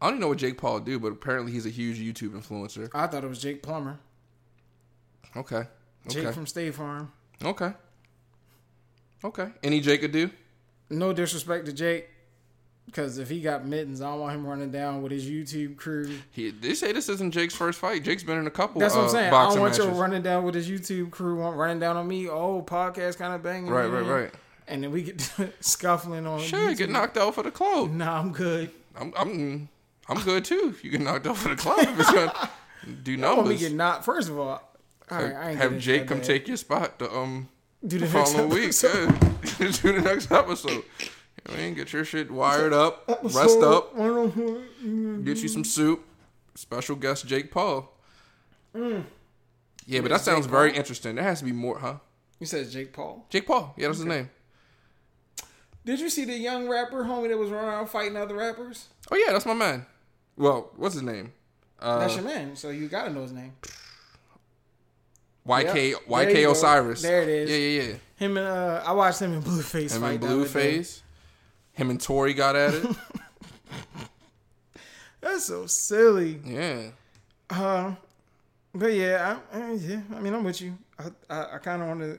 Speaker 1: I don't even know what Jake Paul do, but apparently he's a huge YouTube influencer.
Speaker 2: I thought it was Jake Plummer.
Speaker 1: Okay.
Speaker 2: Jake
Speaker 1: Okay.
Speaker 2: from State Farm.
Speaker 1: Okay. Okay. Any Jake could do?
Speaker 2: No disrespect to Jake, because if he got mittens, I don't want him running down with his YouTube crew.
Speaker 1: He, they say this isn't Jake's first fight. Jake's been in a couple.
Speaker 2: That's what
Speaker 1: uh,
Speaker 2: I'm saying. I
Speaker 1: Boxing
Speaker 2: don't want you
Speaker 1: matches.
Speaker 2: running down with his YouTube crew, want- running down on me. Oh, podcast kind of banging.
Speaker 1: Right,
Speaker 2: in.
Speaker 1: right, right.
Speaker 2: And then we get scuffling on.
Speaker 1: Sure,
Speaker 2: YouTube.
Speaker 1: get knocked out for the club.
Speaker 2: Nah, I'm good.
Speaker 1: I'm I'm I'm good too. You get knocked out for the club. if It's gonna do
Speaker 2: I want me
Speaker 1: numbers.
Speaker 2: get knocked. First of all, all right, I ain't
Speaker 1: Have
Speaker 2: getting
Speaker 1: Jake
Speaker 2: that
Speaker 1: come
Speaker 2: bad.
Speaker 1: take your spot the um
Speaker 2: Do the next
Speaker 1: following week.
Speaker 2: episode.
Speaker 1: Yeah. do the next episode. I mean, get your shit wired up, rest
Speaker 2: So,
Speaker 1: up,
Speaker 2: I don't know.
Speaker 1: get you some soup. Special guest Jake Paul. Yeah, but that sounds very interesting. There has to be more, huh?
Speaker 2: You said Jake Paul.
Speaker 1: Jake Paul. Yeah, that's his name.
Speaker 2: Did you see the young rapper homie that was running around fighting other rappers?
Speaker 1: Oh yeah, that's my man. Well, what's his name? Uh,
Speaker 2: That's your man, so you gotta know his name.
Speaker 1: YK
Speaker 2: Yep.
Speaker 1: YK
Speaker 2: There you go.
Speaker 1: Osiris.
Speaker 2: There it is.
Speaker 1: Yeah, yeah, yeah.
Speaker 2: Him and uh, I watched him in Blueface
Speaker 1: Him
Speaker 2: fight.
Speaker 1: and
Speaker 2: the other day.
Speaker 1: Blueface. Him and Tori got at it.
Speaker 2: That's so silly.
Speaker 1: yeah.
Speaker 2: Uh, but yeah, I, I yeah. I mean, I'm with you. I I, I kind of want to.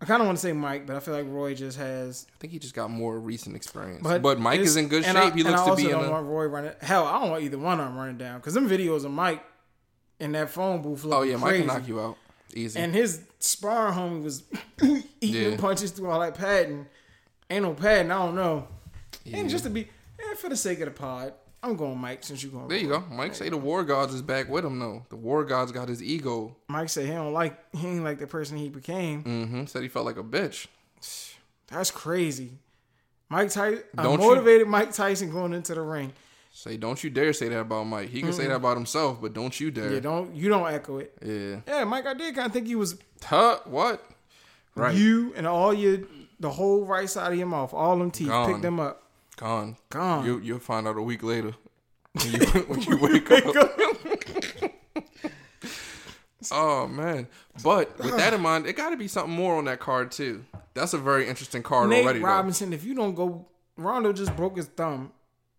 Speaker 2: I kind of want to say Mike, but I feel like Roy just has.
Speaker 1: I think he just got more recent experience. But,
Speaker 2: But,
Speaker 1: Mike
Speaker 2: this-
Speaker 1: is in good shape.
Speaker 2: and I-
Speaker 1: he
Speaker 2: and
Speaker 1: looks
Speaker 2: I
Speaker 1: to
Speaker 2: also
Speaker 1: be in
Speaker 2: don't
Speaker 1: a.
Speaker 2: want Roy running. Hell, I don't want either one of them running down because them videos of Mike in that phone booth.
Speaker 1: Oh yeah,
Speaker 2: crazy.
Speaker 1: Mike can knock you out easy.
Speaker 2: And his sparring homie was eating
Speaker 1: Yeah.
Speaker 2: punches through all that padding. Ain't no padding, I don't know.
Speaker 1: Yeah.
Speaker 2: And just to be, and for the sake of the pod, I'm going Mike since you're going.
Speaker 1: there you go. Mike say the War Gods is back with him though. The War Gods got his ego.
Speaker 2: Mike said he don't like he ain't like the person he became.
Speaker 1: hmm Said he felt like a bitch.
Speaker 2: That's crazy. Mike Tyson,
Speaker 1: Don't
Speaker 2: a
Speaker 1: you-
Speaker 2: motivated Mike Tyson going into the ring.
Speaker 1: Say don't you dare say that about Mike. He can say that about himself, but don't you dare.
Speaker 2: Yeah,
Speaker 1: Yeah.
Speaker 2: don't you don't echo it. Yeah, Mike, I did kind of think you was
Speaker 1: Huh? What? Right.
Speaker 2: you and all your the whole right side of your mouth, all them teeth,
Speaker 1: Gone.
Speaker 2: pick them up,
Speaker 1: Gone.
Speaker 2: gone.
Speaker 1: You you'll find out a week later when you, when you wake up. Oh man! But with that in mind, it got to be something more on that card too. That's a very interesting card
Speaker 2: Nate
Speaker 1: already. though.
Speaker 2: Robinson, if you don't go, Rondo just broke his thumb.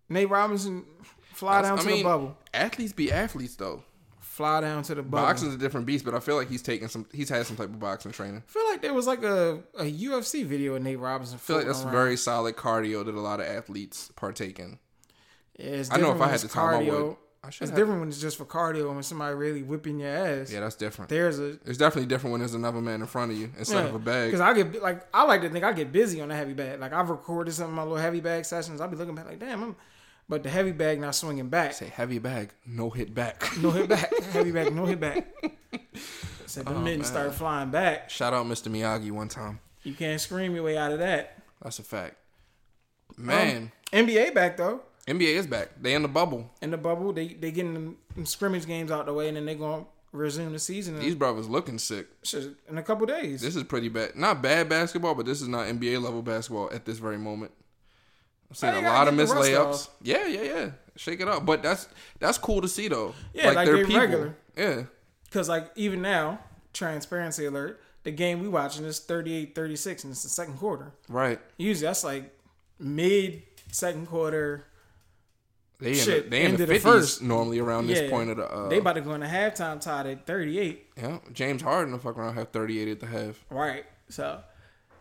Speaker 2: Nate Robinson, fly down
Speaker 1: I
Speaker 2: to the
Speaker 1: mean,
Speaker 2: bubble.
Speaker 1: Athletes be athletes though.
Speaker 2: Fly down to the bubble.
Speaker 1: Boxing's a different beast, but I feel like he's taking some. He's had some type of boxing training.
Speaker 2: I feel like there was like a, a UFC video of Nate Robinson.
Speaker 1: I feel like
Speaker 2: floating
Speaker 1: that's
Speaker 2: around.
Speaker 1: very solid cardio that a lot of athletes partake in.
Speaker 2: Yeah, it's
Speaker 1: I know
Speaker 2: different
Speaker 1: if I
Speaker 2: when
Speaker 1: had
Speaker 2: it's
Speaker 1: the time, I would.
Speaker 2: cardio.
Speaker 1: I should
Speaker 2: It's
Speaker 1: have-
Speaker 2: different when it's just for cardio and when somebody really whipping your ass.
Speaker 1: Yeah, that's different.
Speaker 2: There's a
Speaker 1: It's definitely different when there's another man in front of you instead of a bag.
Speaker 2: Because I get like I like to think I get busy on the heavy bag. Like I've recorded some of my little heavy bag sessions. I'll be looking back like, damn, I'm, but the heavy bag not swinging back.
Speaker 1: Say heavy bag, no hit back.
Speaker 2: No hit back. heavy bag, no hit back. Said
Speaker 1: Oh,
Speaker 2: the men start flying back.
Speaker 1: Shout out Mr. Miyagi one time.
Speaker 2: You can't scream your way out of that.
Speaker 1: That's a fact.
Speaker 2: Um,
Speaker 1: Man,
Speaker 2: NBA back though.
Speaker 1: NBA is back. They in the bubble.
Speaker 2: In the bubble, they they getting them, them scrimmage games out the way, and then they gonna resume the season
Speaker 1: These
Speaker 2: in,
Speaker 1: brothers looking sick.
Speaker 2: shit, in a couple days.
Speaker 1: This is pretty bad. Not bad basketball, but this is not NBA level basketball at this very moment. I'm seeing
Speaker 2: They
Speaker 1: a
Speaker 2: gotta
Speaker 1: lot of
Speaker 2: get the
Speaker 1: missed
Speaker 2: rust
Speaker 1: layups.
Speaker 2: off.
Speaker 1: Yeah, yeah, yeah. Shake it up. But that's that's cool to see though.
Speaker 2: Yeah, like they regular.
Speaker 1: Yeah.
Speaker 2: Because, like, even now, transparency alert, the game we watching is 38 36, and it's the second quarter.
Speaker 1: Right.
Speaker 2: Usually that's like mid second quarter.
Speaker 1: They in
Speaker 2: Shit,
Speaker 1: the, they in
Speaker 2: end
Speaker 1: the
Speaker 2: of the
Speaker 1: fifties
Speaker 2: first.
Speaker 1: normally around
Speaker 2: Yeah.
Speaker 1: this point of the uh,
Speaker 2: they about to go into halftime tied at 38.
Speaker 1: yeah. James Harden will fuck around have thirty eight at the half.
Speaker 2: Right. So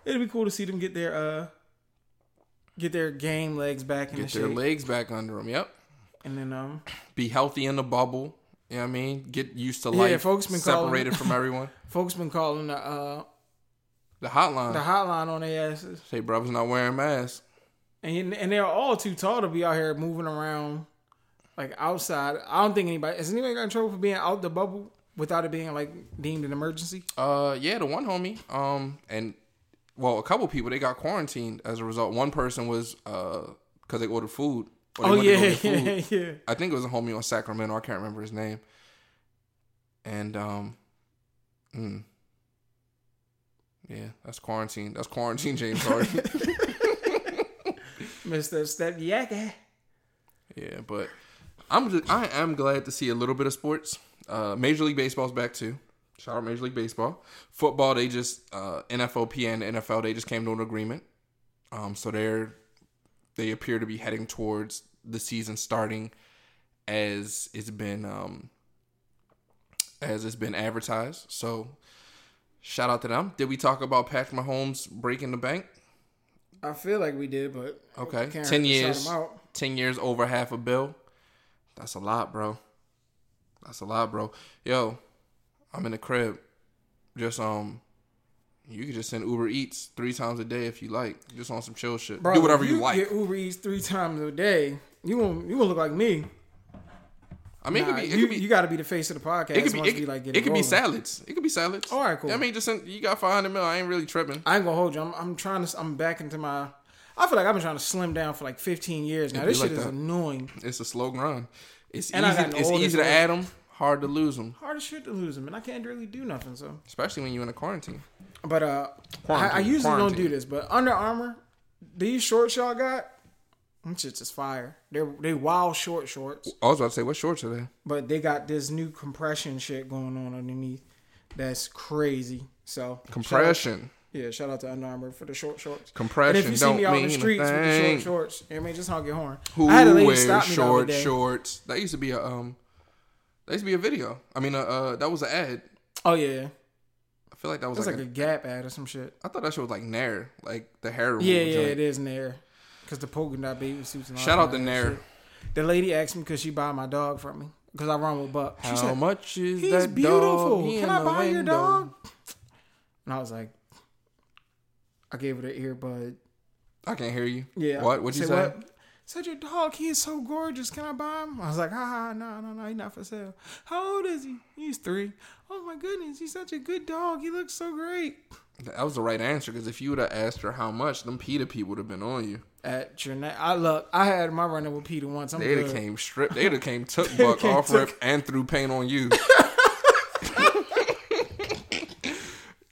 Speaker 2: it'll be cool to see them get their uh get their game legs back in
Speaker 1: Get
Speaker 2: the
Speaker 1: their
Speaker 2: shape.
Speaker 1: legs back under them. Yep.
Speaker 2: and then um
Speaker 1: Be healthy in the bubble. You know what I mean? Get used to
Speaker 2: Yeah,
Speaker 1: life.
Speaker 2: folks been calling-
Speaker 1: separated from everyone.
Speaker 2: folks been calling the uh
Speaker 1: The hotline.
Speaker 2: the hotline on their asses.
Speaker 1: Say brothers not wearing masks.
Speaker 2: And and they're all too tall to be out here moving around like outside. I don't think anybody has anybody got in trouble for being out the bubble without it being like deemed an emergency?
Speaker 1: Uh, yeah, the one homie. Um, and well, a couple people they got quarantined as a result. One person was uh because they ordered food. or they
Speaker 2: Oh
Speaker 1: went to go
Speaker 2: yeah,
Speaker 1: get food.
Speaker 2: yeah, yeah.
Speaker 1: I think it was a homie on Sacramento. I can't remember his name. And um, mm. yeah, that's quarantine. That's quarantine, James Harden.
Speaker 2: Mr. Step Yaka.
Speaker 1: yeah, but I'm just I am glad to see a little bit of sports. Uh, Major League Baseball's back too. Shout out Major League Baseball. Football, they just uh, NFLPA and the NFL, they just came to an agreement. Um, so they're they appear to be heading towards the season starting as it's been um, as it's been advertised. So shout out to them. Did we talk about Patrick Mahomes breaking the bank?
Speaker 2: I feel like we did, but
Speaker 1: Okay,
Speaker 2: Karen
Speaker 1: ten
Speaker 2: shout
Speaker 1: years,
Speaker 2: him out.
Speaker 1: ten years over half a bill. That's a lot, bro. That's a lot, bro. Yo, I'm in the crib. Just um, you could just send Uber Eats three times a day if you like. Just on some chill shit.
Speaker 2: Bro,
Speaker 1: Do whatever
Speaker 2: if
Speaker 1: you, like.
Speaker 2: Get Uber Eats three times a day. You won't. You won't look like me.
Speaker 1: I mean,
Speaker 2: Nah,
Speaker 1: it could be. It
Speaker 2: you,
Speaker 1: could be.
Speaker 2: you got to be the face of the podcast.
Speaker 1: it could be,
Speaker 2: once
Speaker 1: it,
Speaker 2: we,
Speaker 1: could-
Speaker 2: like, get
Speaker 1: it could be
Speaker 2: rolling.
Speaker 1: salads. It could be salads.
Speaker 2: All right, cool.
Speaker 1: I mean, just send, you got 500 mil. I ain't really tripping.
Speaker 2: I ain't gonna hold you. I'm, I'm trying to. I'm back into my. I feel like I've been trying to slim down for like 15 years now.
Speaker 1: It'd be
Speaker 2: This shit
Speaker 1: like
Speaker 2: is
Speaker 1: that.
Speaker 2: annoying.
Speaker 1: It's a slow grind. It's
Speaker 2: And I
Speaker 1: easy.
Speaker 2: got an
Speaker 1: It's
Speaker 2: older
Speaker 1: easy to
Speaker 2: boy.
Speaker 1: add them, hard to lose them,
Speaker 2: Hard as shit to lose them, and I can't really do nothing. So,
Speaker 1: especially when you're in a quarantine.
Speaker 2: but uh, I, I
Speaker 1: Quarantine,
Speaker 2: usually don't
Speaker 1: quarantine.
Speaker 2: do this. But Under Armour, these shorts y'all got, them shits is fire. They're they wild short shorts.
Speaker 1: I was about to say, what shorts are they?
Speaker 2: but they got this new compression shit going on underneath that's crazy. So shout
Speaker 1: Compression.
Speaker 2: out- yeah, shout out to Under Armour for the short shorts.
Speaker 1: Compression
Speaker 2: And if you see
Speaker 1: don't
Speaker 2: me out in
Speaker 1: mean
Speaker 2: the
Speaker 1: a
Speaker 2: streets with the
Speaker 1: thing.
Speaker 2: short shorts, I mean just honk your horn.
Speaker 1: Who
Speaker 2: I had a lady
Speaker 1: wears
Speaker 2: stop me the other
Speaker 1: short
Speaker 2: day.
Speaker 1: shorts? That used to be a um. That used to be a video. I mean, uh, uh that was an ad.
Speaker 2: Oh yeah,
Speaker 1: I feel like that was
Speaker 2: it's
Speaker 1: like,
Speaker 2: like
Speaker 1: a I
Speaker 2: a Gap ad or some shit.
Speaker 1: thought that shit was like Nair, like the hair removal.
Speaker 2: Yeah, yeah,
Speaker 1: joint.
Speaker 2: it is Nair. Cause the polka dot baby suits. And all
Speaker 1: Shout
Speaker 2: that
Speaker 1: out to
Speaker 2: other
Speaker 1: Nair.
Speaker 2: shit. The lady asked me because she buy my dog from me because I run with Buck. She
Speaker 1: How
Speaker 2: said,
Speaker 1: much is
Speaker 2: He's
Speaker 1: that
Speaker 2: beautiful.
Speaker 1: dog in
Speaker 2: Can I
Speaker 1: the
Speaker 2: buy your
Speaker 1: window?
Speaker 2: dog? And I was like, I gave her the earbud.
Speaker 1: I can't hear you.
Speaker 2: Yeah.
Speaker 1: What? What'd you say?
Speaker 2: what? Said your dog, he is so gorgeous. Can I buy him? I was like, ah, no, no, no, he's not for sale. How old is he? He's three. Oh my goodness, he's such a good dog. He looks so great.
Speaker 1: That was the right answer because if you would have asked her how much, them Peter people would have been on you.
Speaker 2: At your neck, I look. I had my running with Peter once. I'm
Speaker 1: They'd have
Speaker 2: good.
Speaker 1: came stripped. They'd have came took buck
Speaker 2: came
Speaker 1: off
Speaker 2: took-
Speaker 1: rip and threw paint on you.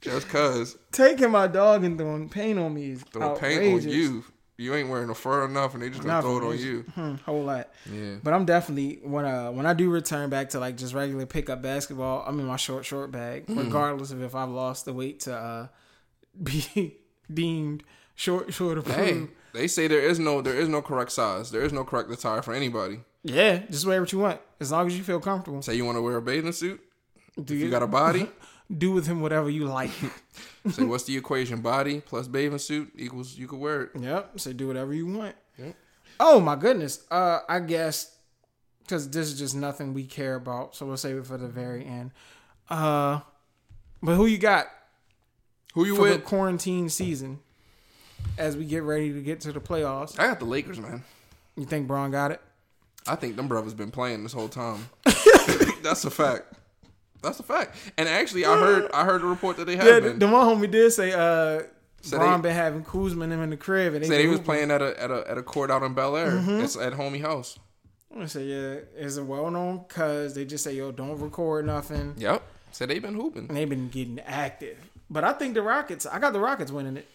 Speaker 1: Just cause
Speaker 2: Taking my dog and throwing paint on me is
Speaker 1: throwing
Speaker 2: outrageous.
Speaker 1: paint on you you ain't wearing the fur enough, and they just gonna
Speaker 2: Nah,
Speaker 1: throw it
Speaker 2: for
Speaker 1: on
Speaker 2: reason.
Speaker 1: you.
Speaker 2: Hmm, whole lot.
Speaker 1: Yeah.
Speaker 2: But I'm definitely when uh when I do return back to like just regular pickup basketball, I'm in my short short bag,
Speaker 1: Hmm.
Speaker 2: regardless of if I've lost the weight to uh be deemed short short
Speaker 1: Hey,
Speaker 2: approved.
Speaker 1: they say there is no there is no correct size. There is no correct attire for anybody.
Speaker 2: Yeah, just wear what you want as long as you feel comfortable.
Speaker 1: Say you want to wear a bathing suit.
Speaker 2: Do
Speaker 1: If you got a body,
Speaker 2: do with him whatever you like.
Speaker 1: say what's the equation? Body plus bathing suit equals you could wear it.
Speaker 2: yep. So do whatever you want.
Speaker 1: Yep.
Speaker 2: Oh my goodness. Uh, I guess because this is just nothing we care about, so we'll save it for the very end. Uh, but who you got
Speaker 1: Who you
Speaker 2: for the
Speaker 1: with?
Speaker 2: quarantine season? As we get ready to get to the playoffs,
Speaker 1: I got the Lakers, man.
Speaker 2: you think Braun got it?
Speaker 1: I think them brothers been playing this whole time. That's a fact. That's a fact. And actually, I heard I heard a report that they have
Speaker 2: Yeah, the,
Speaker 1: been.
Speaker 2: the one homie did say uh,
Speaker 1: So
Speaker 2: Braun
Speaker 1: they-
Speaker 2: been having Kuzma and him in the crib, and they,
Speaker 1: Say they
Speaker 2: been
Speaker 1: was
Speaker 2: hooping.
Speaker 1: playing at a at a at a court out in Bel Air.
Speaker 2: Mm-hmm.
Speaker 1: It's at homie house.
Speaker 2: I say yeah, it's a well known cause they just say yo don't record nothing.
Speaker 1: Yep. So they been hooping.
Speaker 2: and they've been getting active. But I think the Rockets, I got the Rockets winning it.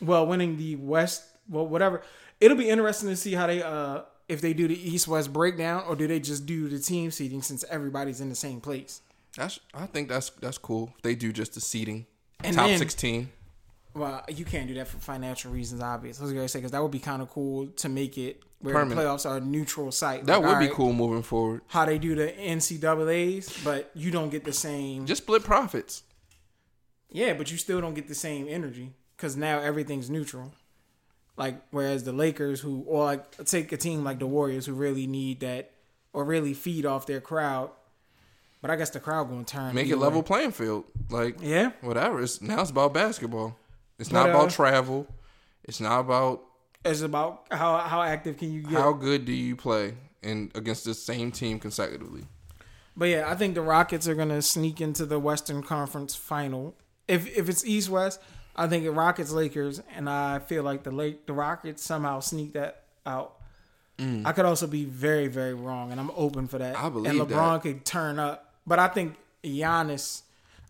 Speaker 2: Well, winning the West, well, whatever. It'll be interesting to see how they, uh, if they do the East West breakdown or do they just do the team seating since everybody's in the same place.
Speaker 1: That's I think that's that's cool. They do just the seating.
Speaker 2: And
Speaker 1: Top
Speaker 2: then-
Speaker 1: sixteen.
Speaker 2: Well, you can't do that for financial reasons, obvious. I was gonna say because that would be kind of cool to make it where
Speaker 1: Permanent.
Speaker 2: the playoffs are a neutral site.
Speaker 1: That
Speaker 2: Like,
Speaker 1: would be
Speaker 2: alright,
Speaker 1: cool moving forward.
Speaker 2: How they do the NCAA's, but you don't get the same.
Speaker 1: Just split profits.
Speaker 2: Yeah, but you still don't get the same energy because now everything's neutral. Like whereas the Lakers, who or like take a team like the Warriors, who really need that or really feed off their crowd. But I guess the crowd gonna turn.
Speaker 1: Make it
Speaker 2: either way.
Speaker 1: level playing field. Like
Speaker 2: Yeah,
Speaker 1: whatever. It's now it's about basketball. It's
Speaker 2: But,
Speaker 1: not about
Speaker 2: uh,
Speaker 1: travel. It's not about
Speaker 2: it's about how how active can you get.
Speaker 1: how good do you play and against the same team consecutively.
Speaker 2: But yeah, I think the Rockets are gonna sneak into the Western Conference Final. If if it's East West, I think it Rockets Lakers, and I feel like the Lake the Rockets somehow sneak that out. I could also be very very wrong, and I'm open for that.
Speaker 1: Mm. I believe
Speaker 2: and LeBron could turn up, but I think Giannis.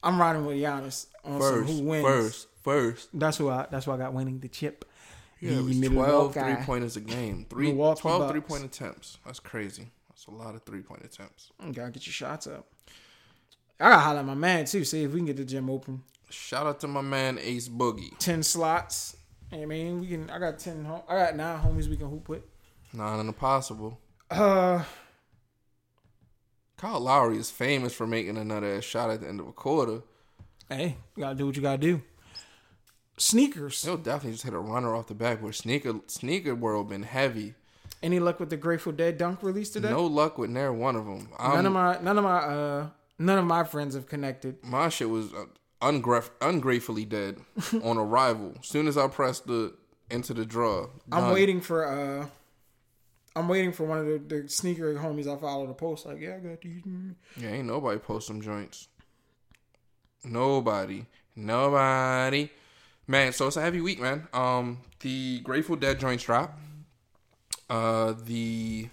Speaker 2: I'm riding with Giannis on some
Speaker 1: First,
Speaker 2: who wins.
Speaker 1: first, first.
Speaker 2: That's who I. That's why I got winning the chip.
Speaker 1: Yeah, it
Speaker 2: The
Speaker 1: was 12
Speaker 2: Milwaukee.
Speaker 1: three pointers a game. Three,
Speaker 2: Milwaukee
Speaker 1: 12
Speaker 2: Bucks.
Speaker 1: three point attempts. That's crazy. That's a lot of three point attempts.
Speaker 2: You gotta get your shots up. I gotta holler at my man too. See if we can get the gym open.
Speaker 1: Shout out to my man Ace Boogie.
Speaker 2: ten slots. I mean, we can. I got ten. Hom- I got nine homies we can hoop with.
Speaker 1: Not an impossible.
Speaker 2: Uh,
Speaker 1: Kyle Lowry is famous for making another ass shot at the end of a quarter.
Speaker 2: hey, you gotta do what you gotta do. Sneakers.
Speaker 1: He'll definitely just hit a runner off the backboard. Sneaker sneaker world been heavy.
Speaker 2: Any luck with the Grateful Dead dunk release today?
Speaker 1: No luck with near one of them. I'm,
Speaker 2: None of my. None of my. Uh, none of my friends have connected.
Speaker 1: my shit was uh, ungraf- ungratefully dead on arrival. Soon as I pressed the into the draw,
Speaker 2: I'm
Speaker 1: done.
Speaker 2: waiting for. Uh, I'm waiting for one of the, the sneaker homies I follow to post. Like, yeah, I got these.
Speaker 1: Yeah, ain't nobody post them joints. Nobody. Nobody. Man, so it's a heavy week, man. Um, the Grateful Dead joints drop. Uh, the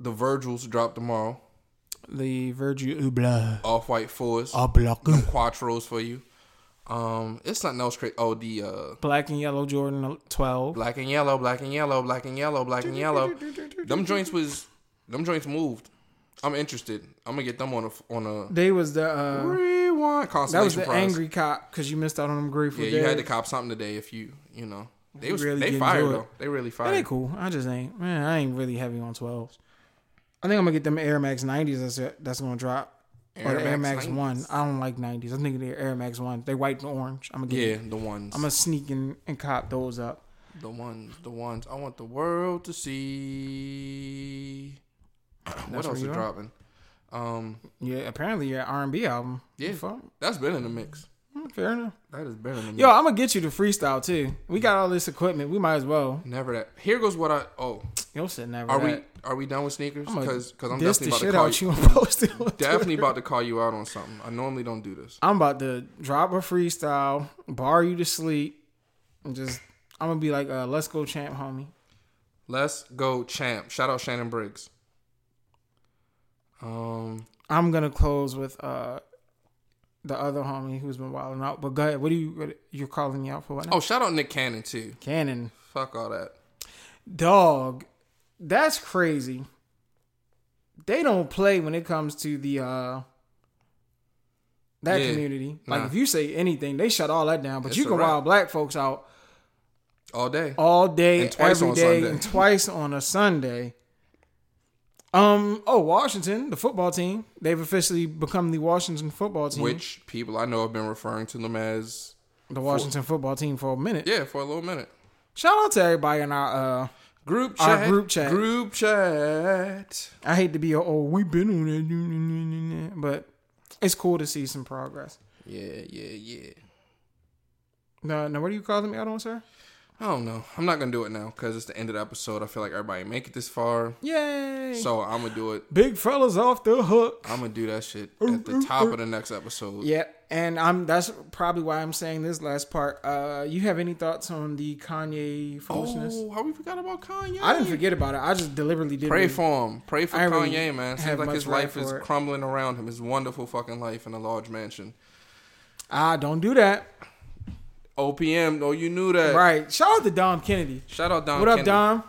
Speaker 1: the Virgils drop tomorrow.
Speaker 2: The Virgil Ubla.
Speaker 1: Off White Fours,
Speaker 2: Oh. Oblock.
Speaker 1: Quattros for you. Um, it's something else crazy. Oh, the uh,
Speaker 2: Black and yellow Jordan twelve.
Speaker 1: black and yellow, black and yellow, black and yellow, black and yellow. Them joints was, them joints moved. I'm interested. I'm gonna get them on a on a
Speaker 2: They was the. Uh,
Speaker 1: Rewind.
Speaker 2: That was
Speaker 1: Consolation
Speaker 2: the
Speaker 1: prize.
Speaker 2: angry cop because you missed out on them grateful.
Speaker 1: Yeah, you
Speaker 2: Dead.
Speaker 1: had to cop something today if you, you know. They
Speaker 2: You
Speaker 1: was
Speaker 2: really
Speaker 1: they
Speaker 2: didn't
Speaker 1: fired
Speaker 2: do it.
Speaker 1: though. They really
Speaker 2: That ain't
Speaker 1: fired.
Speaker 2: cool. I just ain't. Man, I ain't really heavy on 12s. I think I'm gonna get them Air Max 90s. That's that's gonna drop. or the
Speaker 1: Air
Speaker 2: Air
Speaker 1: Max
Speaker 2: Max One. I don't like 90s. I'm thinking the Air Max One. They white and orange. I'm gonna get.
Speaker 1: Yeah, the ones.
Speaker 2: I'm gonna sneak and, and cop those up.
Speaker 1: the ones. The ones. I want the world to see. what
Speaker 2: That's
Speaker 1: else is
Speaker 2: where you are?
Speaker 1: dropping? Um,
Speaker 2: Yeah, apparently your R&B album.
Speaker 1: Yeah.
Speaker 2: Fuck.
Speaker 1: that's been in the mix.
Speaker 2: Mm, fair enough.
Speaker 1: That has been in the mix.
Speaker 2: Yo, I'm gonna get you the freestyle too. We got all this equipment. We might as well.
Speaker 1: Never that. Here goes what I. Oh,
Speaker 2: You'll sit never.
Speaker 1: are
Speaker 2: that.
Speaker 1: we are we done with sneakers?
Speaker 2: I'ma
Speaker 1: Because because I'm
Speaker 2: diss
Speaker 1: definitely
Speaker 2: the
Speaker 1: about to
Speaker 2: shit
Speaker 1: call
Speaker 2: out
Speaker 1: you.
Speaker 2: you and post it. on
Speaker 1: Definitely
Speaker 2: Twitter.
Speaker 1: about to call you out on something. I normally don't do this.
Speaker 2: I'm about to drop a freestyle, bar you to sleep, and just I'm gonna be like, uh, "Let's go, champ, homie."
Speaker 1: Let's go, champ. Shout out Shannon Briggs. Um,
Speaker 2: I'm gonna close with uh, the other homie who's been wilding out. But go ahead. What do you what, you're calling me out for? What now?
Speaker 1: Oh, shout out Nick Cannon too.
Speaker 2: Cannon,
Speaker 1: Fuck all that.
Speaker 2: dog, that's crazy. They don't play when it comes to the uh that
Speaker 1: Yeah.
Speaker 2: community. Like
Speaker 1: Nah.
Speaker 2: if you say anything, they shut all that down. But
Speaker 1: It's
Speaker 2: you
Speaker 1: a
Speaker 2: can
Speaker 1: wrap.
Speaker 2: wild black folks out
Speaker 1: All day.
Speaker 2: all day,
Speaker 1: And twice
Speaker 2: every
Speaker 1: on
Speaker 2: day,
Speaker 1: Sunday.
Speaker 2: and twice on a Sunday. Um. Oh, Washington, the football team. They've officially become the Washington football team.
Speaker 1: Which people I know have been referring to them as
Speaker 2: the Washington football team for a minute.
Speaker 1: yeah for a little minute.
Speaker 2: Shout out to everybody in our. uh
Speaker 1: Group
Speaker 2: Our
Speaker 1: chat.
Speaker 2: group chat.
Speaker 1: Group chat.
Speaker 2: I hate to be a oh we've been on that, but it's cool to see some progress.
Speaker 1: Yeah, yeah, yeah.
Speaker 2: No, no. What do you call them? I don't, sir.
Speaker 1: I don't know. I'm not gonna do it now because it's the end of the episode. I feel like everybody make it this far,
Speaker 2: Yay!
Speaker 1: so I'm gonna do it.
Speaker 2: big fellas off the hook.
Speaker 1: I'm gonna do that shit at the top of the next episode.
Speaker 2: Yeah, and I'm that's probably why I'm saying this last part. Uh, you have any thoughts on the Kanye foolishness?
Speaker 1: Oh, how we forgot about Kanye?
Speaker 2: I didn't forget about it. I just deliberately didn't.
Speaker 1: Pray for him. Pray for
Speaker 2: I
Speaker 1: Kanye,
Speaker 2: really
Speaker 1: man.
Speaker 2: have
Speaker 1: Seems like
Speaker 2: much
Speaker 1: his life
Speaker 2: love
Speaker 1: is
Speaker 2: for it.
Speaker 1: crumbling around him. His wonderful fucking life in a large mansion.
Speaker 2: Ah, don't do that.
Speaker 1: OPM, though you knew that.
Speaker 2: Right. Shout out to Dom Kennedy.
Speaker 1: Shout out Don.
Speaker 2: what up,
Speaker 1: Kennedy.
Speaker 2: Dom?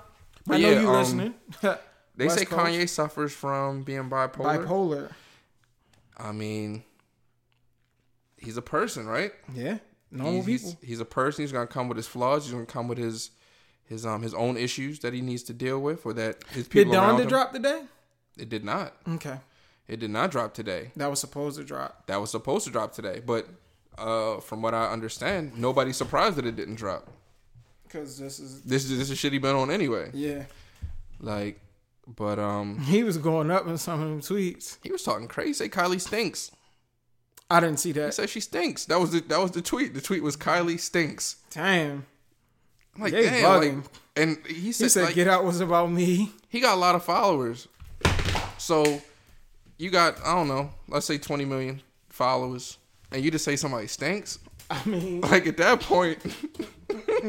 Speaker 1: But
Speaker 2: I know
Speaker 1: yeah,
Speaker 2: you
Speaker 1: um,
Speaker 2: listening.
Speaker 1: They
Speaker 2: West
Speaker 1: say
Speaker 2: Coast.
Speaker 1: Kanye suffers from being bipolar.
Speaker 2: bipolar.
Speaker 1: I mean, he's a person, right?
Speaker 2: Yeah, normal
Speaker 1: he's, he's-
Speaker 2: people.
Speaker 1: he's a person. He's gonna come with his flaws. He's gonna come with his his um his own issues that he needs to deal with, or that his
Speaker 2: Did
Speaker 1: people around
Speaker 2: Donda
Speaker 1: him.
Speaker 2: drop today?
Speaker 1: It did not.
Speaker 2: Okay,
Speaker 1: It did not drop today.
Speaker 2: that was supposed to drop.
Speaker 1: That was supposed to drop today, but uh, from what I understand, nobody's surprised that it didn't drop.
Speaker 2: Cause this is
Speaker 1: This is this is shit he been on anyway.
Speaker 2: yeah.
Speaker 1: Like, but um,
Speaker 2: He was going up in some of them tweets.
Speaker 1: he was talking crazy. Say Kylie stinks.
Speaker 2: I didn't see
Speaker 1: He
Speaker 2: that.
Speaker 1: said she stinks. That was the that was the tweet. The tweet was Kylie stinks.
Speaker 2: Damn.
Speaker 1: I'm like,
Speaker 2: They
Speaker 1: damn.
Speaker 2: bugging.
Speaker 1: Like, and he said,
Speaker 2: He said,
Speaker 1: like,
Speaker 2: "Get out was about me."
Speaker 1: he got a lot of followers. So you got I don't know, let's say 20 million followers, and you just say somebody stinks.
Speaker 2: I mean,
Speaker 1: Like at that point,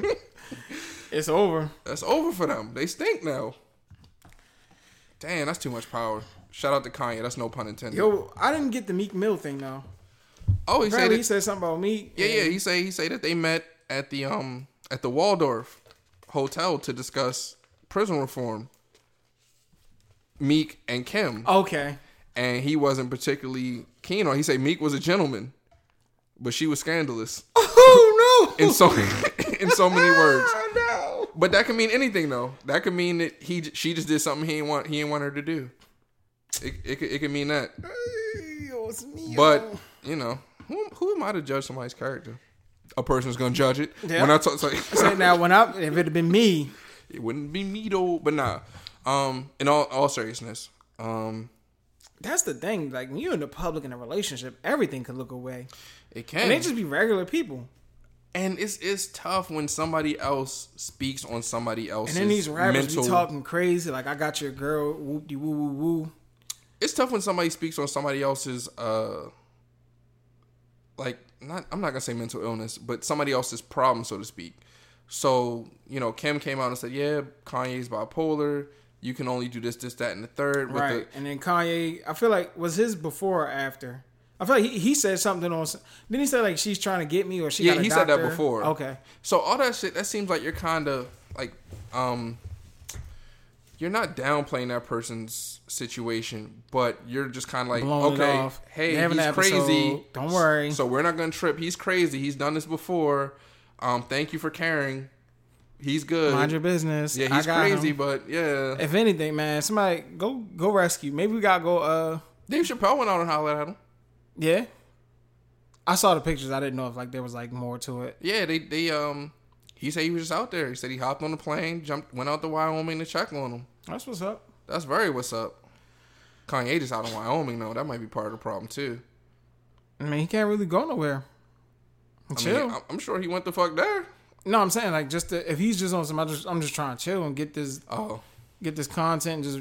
Speaker 2: it's over.
Speaker 1: that's over for them. They stink now. Damn, that's too much power. Shout out to Kanye. That's no pun intended.
Speaker 2: Yo, I didn't get the Meek Mill thing though.
Speaker 1: oh, he said
Speaker 2: Apparently, he
Speaker 1: that,
Speaker 2: said something about Meek.
Speaker 1: yeah, yeah. He say he say that they met at the um at the Waldorf hotel to discuss prison reform. Meek and Kim.
Speaker 2: Okay.
Speaker 1: and he wasn't particularly keen on. He said Meek was a gentleman, but she was scandalous
Speaker 2: Oh no!
Speaker 1: in so in so many words.
Speaker 2: Oh no!
Speaker 1: But that could mean anything though. That could mean that he j- she just did something he didn't want he didn't want her to do. It it could, it could mean that. But you know, who, who am I to judge somebody's character? A person's gonna judge it.
Speaker 2: Yeah.
Speaker 1: When I talk, it's like,
Speaker 2: Say now when I if it had been me,
Speaker 1: it wouldn't be me though. But nah. Um, in all all seriousness, um,
Speaker 2: that's the thing. Like when you're in the public in a relationship, everything could look away,
Speaker 1: it can.
Speaker 2: and they just be regular people.
Speaker 1: And it's it's tough when somebody else speaks on somebody else's
Speaker 2: And then these rappers
Speaker 1: mental.
Speaker 2: be talking crazy, like I got your girl, whoop de woo woo woo.
Speaker 1: It's tough when somebody speaks on somebody else's uh like not I'm not gonna say mental illness, but somebody else's problem, so to speak. So you know, Kim came out and said, "Yeah, Kanye's bipolar. You can only do this, this, that, and the third. With
Speaker 2: Right. and then Kanye, I feel like was his before or after? I feel like he, he said something on. Then he said like she's trying to get me or she.
Speaker 1: Yeah,
Speaker 2: got a
Speaker 1: he said that
Speaker 2: doctor.
Speaker 1: before.
Speaker 2: Okay.
Speaker 1: The, so all that shit. That seems like you're kind of like um, you're not downplaying that person's situation, but you're just kind of like,
Speaker 2: Blowing it
Speaker 1: okay,
Speaker 2: off.
Speaker 1: hey,
Speaker 2: They have an
Speaker 1: he's
Speaker 2: episode.
Speaker 1: crazy.
Speaker 2: Don't worry.
Speaker 1: So we're not gonna trip. He's crazy. He's done this before. Um, thank you for caring. He's good.
Speaker 2: Mind your business.
Speaker 1: yeah,
Speaker 2: I
Speaker 1: he's
Speaker 2: got
Speaker 1: crazy,
Speaker 2: him.
Speaker 1: but yeah.
Speaker 2: If anything, man, somebody go go rescue. Maybe we gotta go. Uh,
Speaker 1: Dave Chappelle went out and hollered at him.
Speaker 2: yeah. I saw the pictures. I didn't know if like there was like more to it.
Speaker 1: Yeah, they they um. He said he was just out there. He said he hopped on the plane, jumped, went out to Wyoming to check on him.
Speaker 2: That's what's up.
Speaker 1: That's very what's up. Kanye just out in Wyoming though. That might be part of the problem too.
Speaker 2: I mean, he can't really go nowhere.
Speaker 1: I
Speaker 2: Chill.
Speaker 1: mean, I'm- I'm sure he went the fuck there.
Speaker 2: no, I'm saying like just to, if he's just on some, I just, I'm just trying to chill and get this
Speaker 1: Oh,
Speaker 2: get this content. And just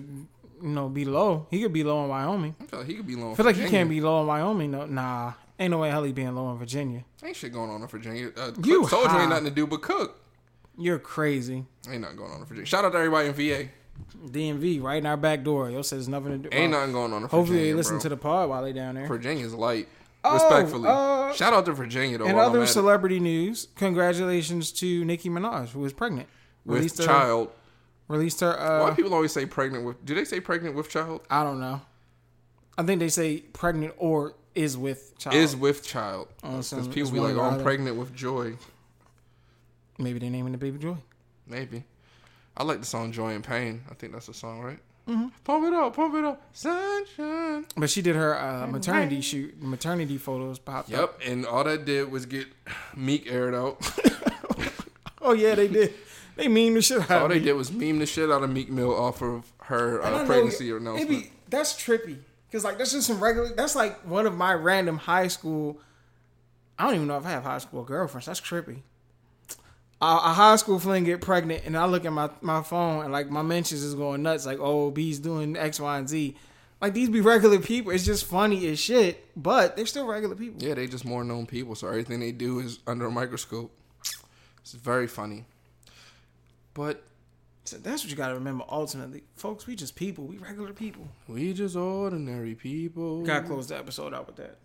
Speaker 2: you know, be low. He could be low in Wyoming.
Speaker 1: I feel like he could be low.
Speaker 2: I feel like he can't be low in Wyoming though. Nah, ain't no way hell he being low in Virginia.
Speaker 1: Ain't shit going on in Virginia. Uh,
Speaker 2: You
Speaker 1: you told you
Speaker 2: high.
Speaker 1: ain't nothing to do but cook.
Speaker 2: You're crazy.
Speaker 1: Ain't nothing going on in Virginia. Shout out to everybody in VA.
Speaker 2: DMV right in our back door. Yo says nothing to do.
Speaker 1: Ain't
Speaker 2: well,
Speaker 1: nothing going on in Virginia.
Speaker 2: hopefully they listen to
Speaker 1: the
Speaker 2: the pod while they down there.
Speaker 1: Virginia's light. Respectfully.
Speaker 2: uh,
Speaker 1: Shout out to Virginia though.
Speaker 2: In
Speaker 1: while I'm
Speaker 2: other
Speaker 1: at it.
Speaker 2: celebrity news, congratulations to Nicki Minaj, who is pregnant.
Speaker 1: with
Speaker 2: her,
Speaker 1: child.
Speaker 2: Released her.
Speaker 1: Why
Speaker 2: Uh,
Speaker 1: people always say pregnant with? Do they say pregnant with child?
Speaker 2: I don't know. I think they say pregnant or is with child.
Speaker 1: Is with child because
Speaker 2: some-
Speaker 1: people
Speaker 2: Oh. it's
Speaker 1: be
Speaker 2: one
Speaker 1: like,
Speaker 2: or
Speaker 1: "Oh,
Speaker 2: the
Speaker 1: I'm
Speaker 2: other."
Speaker 1: pregnant with joy."
Speaker 2: Maybe they naming the baby Joy.
Speaker 1: Maybe. I like the song "Joy and Pain." I think that's the song, right?
Speaker 2: Mm-hmm.
Speaker 1: Pump it up, pump it up, sunshine.
Speaker 2: But she did her uh, maternity shoot. Maternity photos popped up.
Speaker 1: Yep, and all that did was get Meek aired out.
Speaker 2: Oh yeah, they did. They mean the shit out
Speaker 1: all
Speaker 2: of
Speaker 1: they
Speaker 2: me.
Speaker 1: did was meme the shit out of Meek Mill off of her
Speaker 2: And I
Speaker 1: uh,
Speaker 2: know
Speaker 1: pregnancy
Speaker 2: it-
Speaker 1: or
Speaker 2: it
Speaker 1: announcement.
Speaker 2: be- that's trippy. Cause like that's just some regular. That's like one of my random high school. I don't even know if I have high school girlfriends. That's trippy. A, a high school fling get pregnant, and I look at my my phone, and like my mentions is going nuts. Like, oh, B's doing X, Y, and Z. Like these be regular people. It's just funny as shit, but they're still regular people.
Speaker 1: Yeah, they just more known people, so everything they do is under a microscope. It's very funny. But
Speaker 2: So that's what you gotta remember. Ultimately, folks, we just people. We regular people.
Speaker 1: we just ordinary people.
Speaker 2: Gotta close the episode out with that.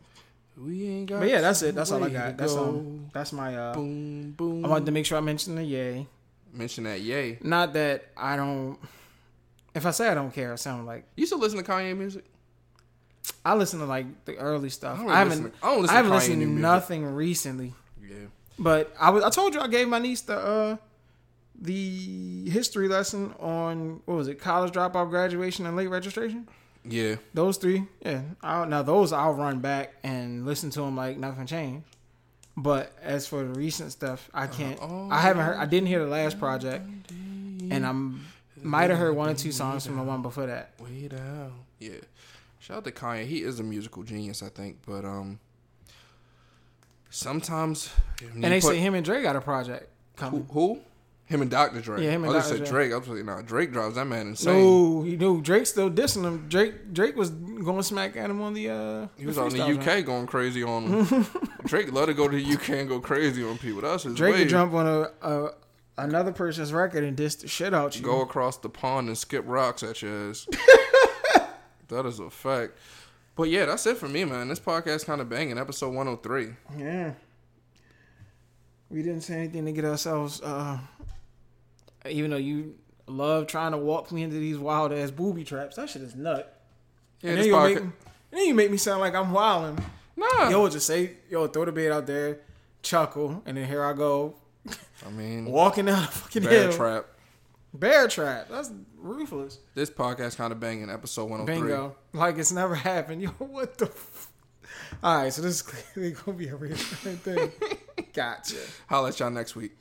Speaker 1: We ain't got
Speaker 2: But yeah, that's it. That's all I
Speaker 1: way to
Speaker 2: got. That's
Speaker 1: go.
Speaker 2: um, that's my uh.
Speaker 1: Boom, boom.
Speaker 2: I wanted to make sure I mentioned the yay.
Speaker 1: Mention that, yay.
Speaker 2: Not that I don't. If I say I don't care, I sound like
Speaker 1: You used to listen to Kanye music?
Speaker 2: I listen to like the early stuff.
Speaker 1: I
Speaker 2: I,
Speaker 1: don't
Speaker 2: haven't.
Speaker 1: listen- I don't listen
Speaker 2: I haven't
Speaker 1: to Kanye
Speaker 2: listened
Speaker 1: new
Speaker 2: to
Speaker 1: music.
Speaker 2: nothing recently.
Speaker 1: Yeah.
Speaker 2: But I was. I told you I gave my niece the uh, the history lesson on what was it? College dropout, graduation, and late registration.
Speaker 1: Yeah.
Speaker 2: Those three. Yeah. I'll, now those I'll run back and listen to them like nothing changed. But as for the recent stuff,
Speaker 1: Uh,
Speaker 2: I can't.
Speaker 1: oh,
Speaker 2: I haven't heard. I didn't hear the last project, and I'm might have heard one or two songs from the one before that.
Speaker 1: Way down. Yeah. Shout out to Kanye. He is a musical genius, I think. But um sometimes
Speaker 2: And they say him and Dre got a project
Speaker 1: who,
Speaker 2: coming.
Speaker 1: who? Him and Dr. Dre.
Speaker 2: Yeah, him and
Speaker 1: I just
Speaker 2: Dr.
Speaker 1: said
Speaker 2: Dre.
Speaker 1: Drake. I was like, nah, Drake drives that man insane.
Speaker 2: No, you know Drake's still dissing him. Drake Drake was going smack at him on the. Uh,
Speaker 1: He was out in the
Speaker 2: freestyle
Speaker 1: UK
Speaker 2: joint.
Speaker 1: going crazy on him. Drake love to go to the UK and go crazy on people. That's his
Speaker 2: Drake
Speaker 1: way.
Speaker 2: could jump on a, a another person's record and diss the shit out you.
Speaker 1: Go across the pond and skip rocks at your ass. that is a fact. But yeah, that's it for me, man. This podcast kind of banging. Episode 103.
Speaker 2: Yeah. We didn't say anything to get ourselves. Uh, even though you love trying to walk me into these wild ass booby traps, that shit is nut.
Speaker 1: Yeah,
Speaker 2: and
Speaker 1: this
Speaker 2: then you make,
Speaker 1: podcast.
Speaker 2: and then you make me sound like I'm wilding.
Speaker 1: Nah.
Speaker 2: Yo, just say, yo, throw the bed out there, chuckle, and then here I go
Speaker 1: I mean,
Speaker 2: walking down a fucking
Speaker 1: bear
Speaker 2: hill.
Speaker 1: trap.
Speaker 2: Bear trap. That's ruthless.
Speaker 1: This podcast kind of banging. Episode 103.
Speaker 2: Bingo. Like it's never happened. Yo, what the? F- All right, so this is clearly gonna be a real thing. gotcha.
Speaker 1: Holla at y'all next week.